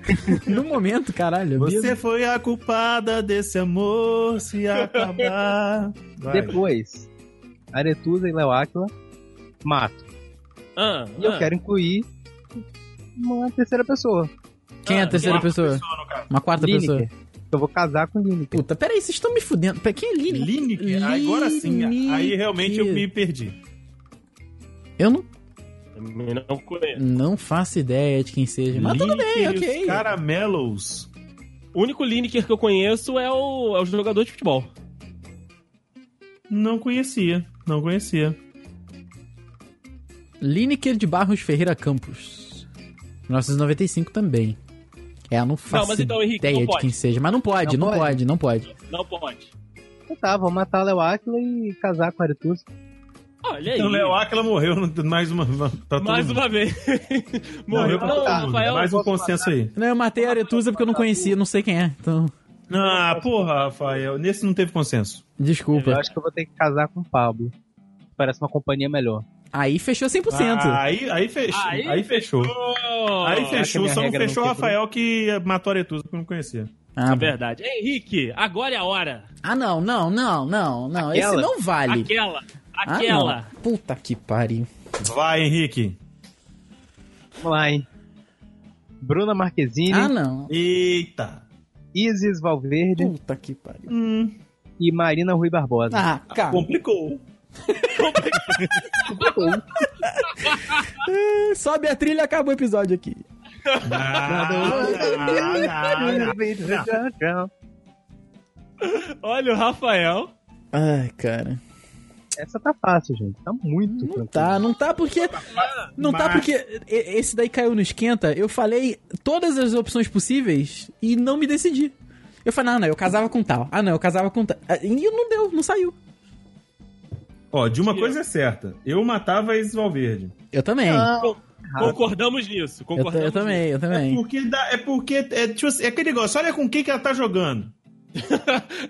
S2: No momento, caralho.
S5: Você foi a culpada desse amor
S2: [laughs]
S5: se acabar. Vai.
S4: Depois, Aretusa e Leoáquila, mato.
S3: ah,
S4: E eu
S3: ah.
S4: quero incluir uma terceira pessoa.
S2: Quem é a
S3: Ah,
S2: terceira
S5: Quarta
S2: pessoa?
S5: no caso.
S2: Uma quarta pessoa.
S4: Lineker. Eu vou casar com Lineker.
S2: Puta, peraí, vocês estão me fudendo. Pera, Quem é Lineker?
S5: Lineker? Agora sim, aí realmente eu me perdi.
S2: Eu não,
S3: Também não conheço.
S2: não faço ideia de quem seja. Mas tudo bem,
S5: Lineker e os
S2: ok.
S5: Caramelos.
S3: O único Lineker que eu conheço é o, é o jogador de futebol.
S5: Não conhecia, não conhecia.
S2: Lineker de Barros Ferreira Campos. 1995 também. É, eu não faço
S3: mas então, Henrique,
S2: ideia
S3: não
S2: de
S3: pode.
S2: quem seja. Mas não pode, não,
S4: Não
S2: pode.
S4: pode.
S2: não pode.
S3: Não pode.
S4: Então tá, vou matar a Leoáquila e casar com a Aretusa.
S3: Olha aí.
S5: Então, Léo Áquila morreu [laughs] no- mais uma pra todo
S3: Mais
S5: mundo.
S3: uma vez. [laughs] Morreu.
S5: Morreu pra
S3: Não,
S5: todo mundo.
S3: Rafael.
S5: Mais um consenso aí.
S2: Não, eu matei a Aretusa porque eu não conhecia, não sei quem é. Então,
S5: Ah, porra, Rafael. Nesse não teve consenso.
S4: Eu
S2: desculpa.
S4: acho que eu vou ter que casar com o Pablo. Parece uma companhia melhor.
S2: Aí fechou 100%.
S5: Ah, aí, aí fechou. Aí, fechou. Aí fechou.
S4: minha
S5: Só não
S4: regra não
S5: fechou
S2: né?
S4: quebrou?
S5: o Rafael que matou a Aretusa porque eu não conhecia.
S2: Ah,
S3: É verdade. Henrique, agora é a hora.
S2: Ah, não, não, não, não, não. Esse
S4: Aquela?
S2: não vale.
S3: Aquela.
S2: Ah,
S3: Aquela.
S2: não. Puta que pariu.
S5: Vai, Henrique.
S4: Vamos lá, hein? Bruna Marquezine,
S2: Ah, não.
S5: Eita.
S4: Isis Valverde
S2: Puta que pariu.
S5: Hum,
S4: e Marina Rui Barbosa.
S2: Ah, cara. [laughs]
S5: complicou.
S2: Sobe a trilha e acaba o episódio aqui.
S5: Ah,
S3: Olha o Rafael.
S2: Ai, cara.
S4: Essa tá fácil, gente. Tá muito
S2: Não
S4: tranquilo.
S2: tá, não tá porque. Não tá
S5: Mas-
S2: porque e- esse daí caiu no esquenta. Eu falei todas as opções possíveis e não me decidi. Eu falei, ah, não, eu casava com tal. Ah, não, eu casava com tal. Ah, E não deu, não saiu.
S5: Ó, de uma coisa é certa. Eu matava Isis Valverde.
S2: Eu também.
S3: Concordamos nisso.
S2: eu, ta-
S3: Ah, Concordamos
S2: eu também, eu
S5: É
S2: também.
S5: porque, dá- é, porque é, tipo assim, é aquele negócio. Olha com quem que ela tá jogando.
S2: É,
S3: nisso.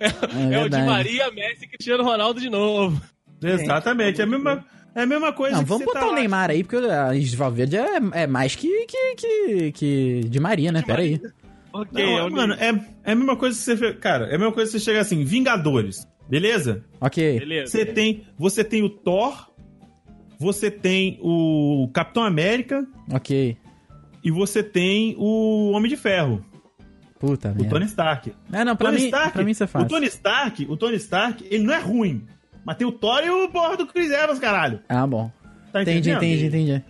S3: É, o de
S2: verdade.
S3: Maria, Messi e Cristiano Ronaldo de novo.
S5: Exatamente. É a mesma, é a mesma coisa
S2: Não,
S5: que
S2: vamos
S5: você
S2: botar
S5: tá
S2: o
S5: lá.
S2: Neymar aí, porque a Isis Valverde é, é mais que, que, que, que de Maria, né? Pera aí.
S3: Ok,
S5: Não,
S3: é o
S5: mano, é, é a mesma coisa que você... fe- Cara, é a mesma coisa que você chega assim, Vingadores. Beleza?
S2: Ok.
S3: Beleza.
S5: Você tem, você tem o Thor, você tem o Capitão América
S2: Ok.
S5: e você tem o Homem de Ferro,
S2: Puta
S5: o
S2: merda.
S5: Tony Stark.
S2: É, não, pra
S5: Tony
S2: mim,
S5: Stark,
S2: pra mim isso é
S5: O
S2: fácil.
S5: Tony Stark, o Tony Stark, ele não é ruim. Mas tem o Thor e o porra do Chris Evans, caralho.
S2: Ah, bom.
S5: Tá
S2: Entendi,
S5: entendendo?
S2: entendi, entendi.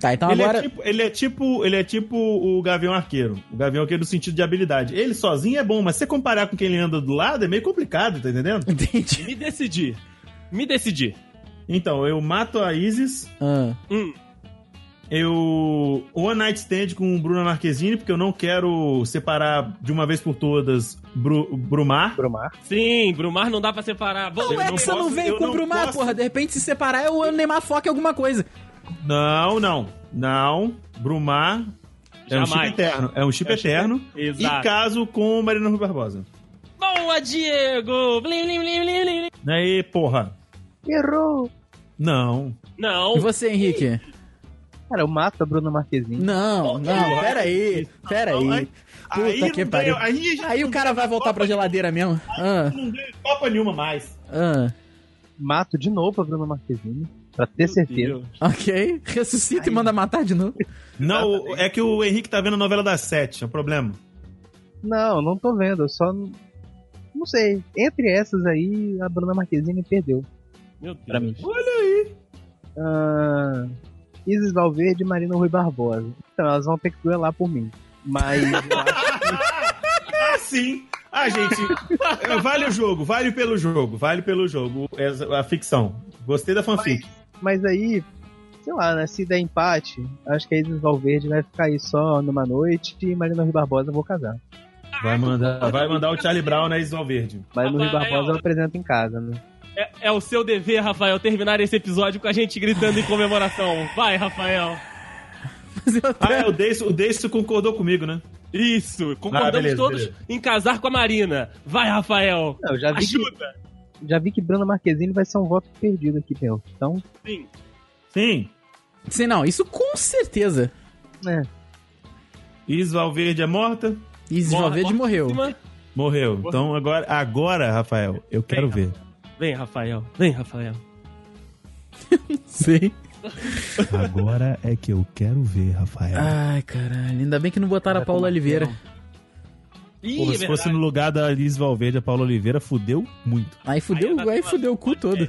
S2: Tá, então
S5: Ele,
S2: agora.
S5: é tipo, ele é tipo, ele é tipo o Gavião Arqueiro. O Gavião Arqueiro no sentido de habilidade. Ele sozinho é bom, mas se você comparar com quem ele anda do lado é meio complicado, tá entendendo?
S2: [laughs] Entendi.
S3: Me decidi. Me decidi.
S5: Então, eu mato a Isis,
S2: Ah,
S3: Hum,
S5: eu One Night Stand com o Bruno Marquezine, porque eu não quero separar de uma vez por todas Bru, Brumar.
S4: Brumar.
S3: sim, Brumar não dá pra separar. Bom,
S2: o
S5: eu não
S2: Hexa não é
S5: posso-
S2: veio
S5: eu
S2: com o
S5: não
S2: Brumar,
S5: posso-
S2: porra. De repente, se separar, é o Neymar foca em alguma coisa.
S5: Não, não. Não. Brumar é um chip
S3: Jamais.
S5: eterno. É um chip
S3: É um chip-
S5: eterno. E
S3: Exato.
S5: caso com Marina Rui Barbosa.
S3: Boa, Diego! Blim, blim, blim, blim, blim.
S5: Aí, Né, porra.
S4: Errou.
S5: Não.
S3: Não,
S2: E você, Henrique?
S4: Cara, eu mato a Bruna Marquezine.
S2: Não, não, pera aí. Pera
S5: Não,
S2: aí.
S5: aí
S2: Puta
S5: não
S2: que
S5: ganha-
S2: pariu.
S5: aí a gente
S2: Aí o
S5: não
S2: cara vai voltar pra geladeira mesmo. Ah,
S5: não ganha Copa nenhuma mais.
S2: ah.
S4: Mato de novo a Bruna Marquezine. Pra ter certeza.
S2: Ok. Ressuscita e manda matar de novo. [laughs]
S5: Não, é que o Henrique tá vendo a novela das sete, é o problema.
S4: Não, não tô vendo. Eu só. n- Não sei. Entre essas aí, a Bruna Marquezine perdeu.
S3: Meu Deus.
S4: Pra mim. Ah, Isis Valverde e Marina Rui Barbosa. Então, elas vão ter que duelar por mim. Mas. eu acho-
S5: Ah, sim!
S3: [laughs]
S5: Ah, gente, é, vale o jogo, vale pelo jogo, vale pelo jogo, essa- a ficção. Gostei da fanfic.
S4: mas aí, sei lá, né? Se der empate, acho que a Isis Valverde vai ficar aí só numa noite e Marina Rui Barbosa eu vou casar.
S5: Vai mandar, vai mandar o Charlie Brown na Isol Verde.
S4: Marina Rui
S3: Rafael.
S4: Barbosa eu apresento em casa, né?
S3: É, é o seu dever, Rafael, terminar esse episódio com a gente gritando em comemoração. Vai, Rafael.
S2: Mas eu
S5: Ah,
S2: até...
S5: é, o Deisso, o Deisso concordou comigo, né?
S3: Isso, concordamos
S5: Ah, beleza,
S3: todos
S5: beleza.
S3: em casar com a Marina. Vai, Rafael.
S4: Não, eu já vi, que,
S3: Ajuda.
S4: já vi que Bruna Marquezine vai ser um voto perdido aqui, meu. Então,
S3: Sim.
S5: Sim.
S2: Sim, não, isso com certeza.
S4: né?
S5: Isol Verde é morta?
S2: Isis
S3: Morre-
S2: Valverde morreu.
S3: Cima.
S5: Morreu. Então agora, agora, Rafael, eu quero ver.
S3: Vem, Rafael. Vem, Rafael.
S2: Sim.
S5: Agora é que eu quero ver, Rafael.
S2: Ai, caralho. Ainda bem que não botaram a Paula Oliveira.
S3: Ih,
S5: Pô,
S3: é
S5: se
S3: verdade.
S5: fosse no lugar da Liz Valverde, a Paula Oliveira fudeu muito.
S2: Aí fudeu,
S3: Aí
S2: aí,
S3: é da
S2: fudeu o cu todo.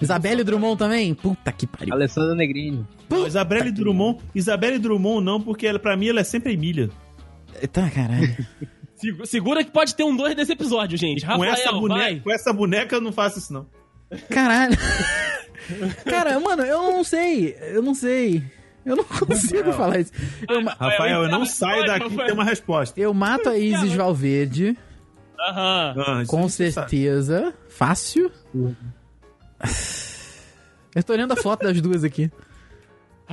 S2: Isabelle Drummond também? Puta que pariu.
S4: Alessandra Negrini.
S5: Não, Isabelle Drummond, Isabelle Drummond não, porque ela, pra mim ela é sempre Emília.
S2: Tá, caralho.
S3: Segu- Segura que pode ter um dois nesse episódio, gente.
S5: Com
S3: Rafael,
S5: essa boneca,
S3: vai.
S5: com essa boneca eu não faço isso não.
S2: [laughs] Caralho. Cara, mano, eu não sei. Eu não sei. Eu não consigo falar isso. Eu, ma-
S5: Rafael,
S3: [laughs]
S5: eu não
S3: encerra
S5: saio
S3: a história,
S5: daqui
S3: então Rafael.
S5: sem uma resposta.
S2: eu mato a Isis Valverde,
S3: Aham.
S5: Ah, isso
S2: com
S5: você sabe. Uhum.
S2: certeza. Fácil. Eu tô olhando a foto das duas aqui.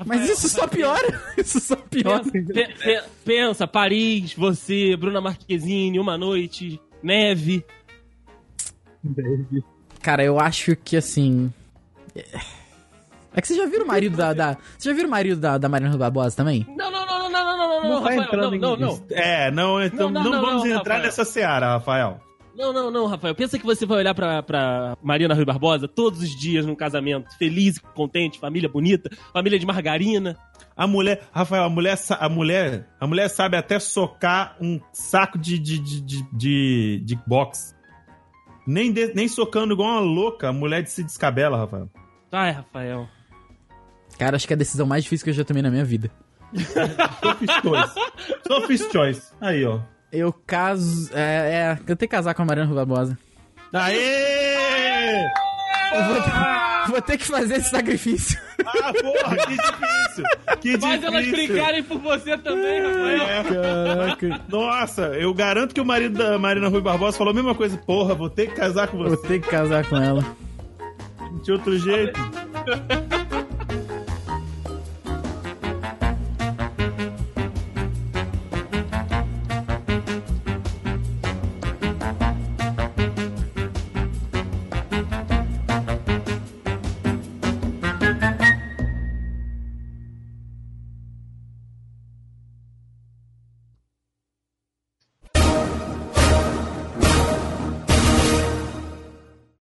S2: Mas
S3: Rafael,
S2: isso só
S3: Rafael,
S2: piora. [laughs] Isso só piora.
S3: Pensa, pe- pe- pensa, Paris, você, Bruna Marquezine, Uma Noite, Neve.
S2: Cara, eu acho que assim. É que vocês já viram o marido da. da vocês já viram o marido da, da Marina Barbosa também?
S3: Não, não, não, não, não, não, não, não,
S4: Não tá
S3: Rafael,
S4: entrando em-
S3: não, não, não,
S5: É, não, então
S3: Não,
S5: não,
S3: não, não,
S5: vamos
S3: não,
S5: entrar
S3: Rafael.
S5: nessa seara, Rafael.
S3: não, não, não, Rafael. Pensa que você vai olhar pra, pra Marina Rui Barbosa todos os dias num casamento, feliz, contente, família bonita, família de margarina.
S5: A mulher, Rafael, a mulher, sa- a mulher, a mulher sabe até socar um saco de de, de, de, de- de boxe. Nem, de- nem socando igual uma louca, a mulher se descabela, Rafael.
S3: Vai, Rafael.
S2: Cara, acho que é a decisão mais difícil que eu já tomei na minha vida.
S5: Sophie's
S3: [laughs]
S5: Choice. Sophie's Choice. Aí, ó.
S2: Eu caso. É, é, eu tenho que casar com a Mariana Barbosa.
S5: Aê!
S2: Eu vou, ter- vou ter que fazer esse sacrifício.
S5: Ah, porra, que difícil! Que
S3: Faz
S5: difícil!
S3: elas brincarem por você também, Rafael.
S2: Caraca.
S5: Nossa, eu garanto que o marido da Marina Rui Barbosa falou a mesma coisa. Porra, vou ter que casar com
S2: Vou
S5: você.
S2: ter que casar com ela.
S5: De outro jeito.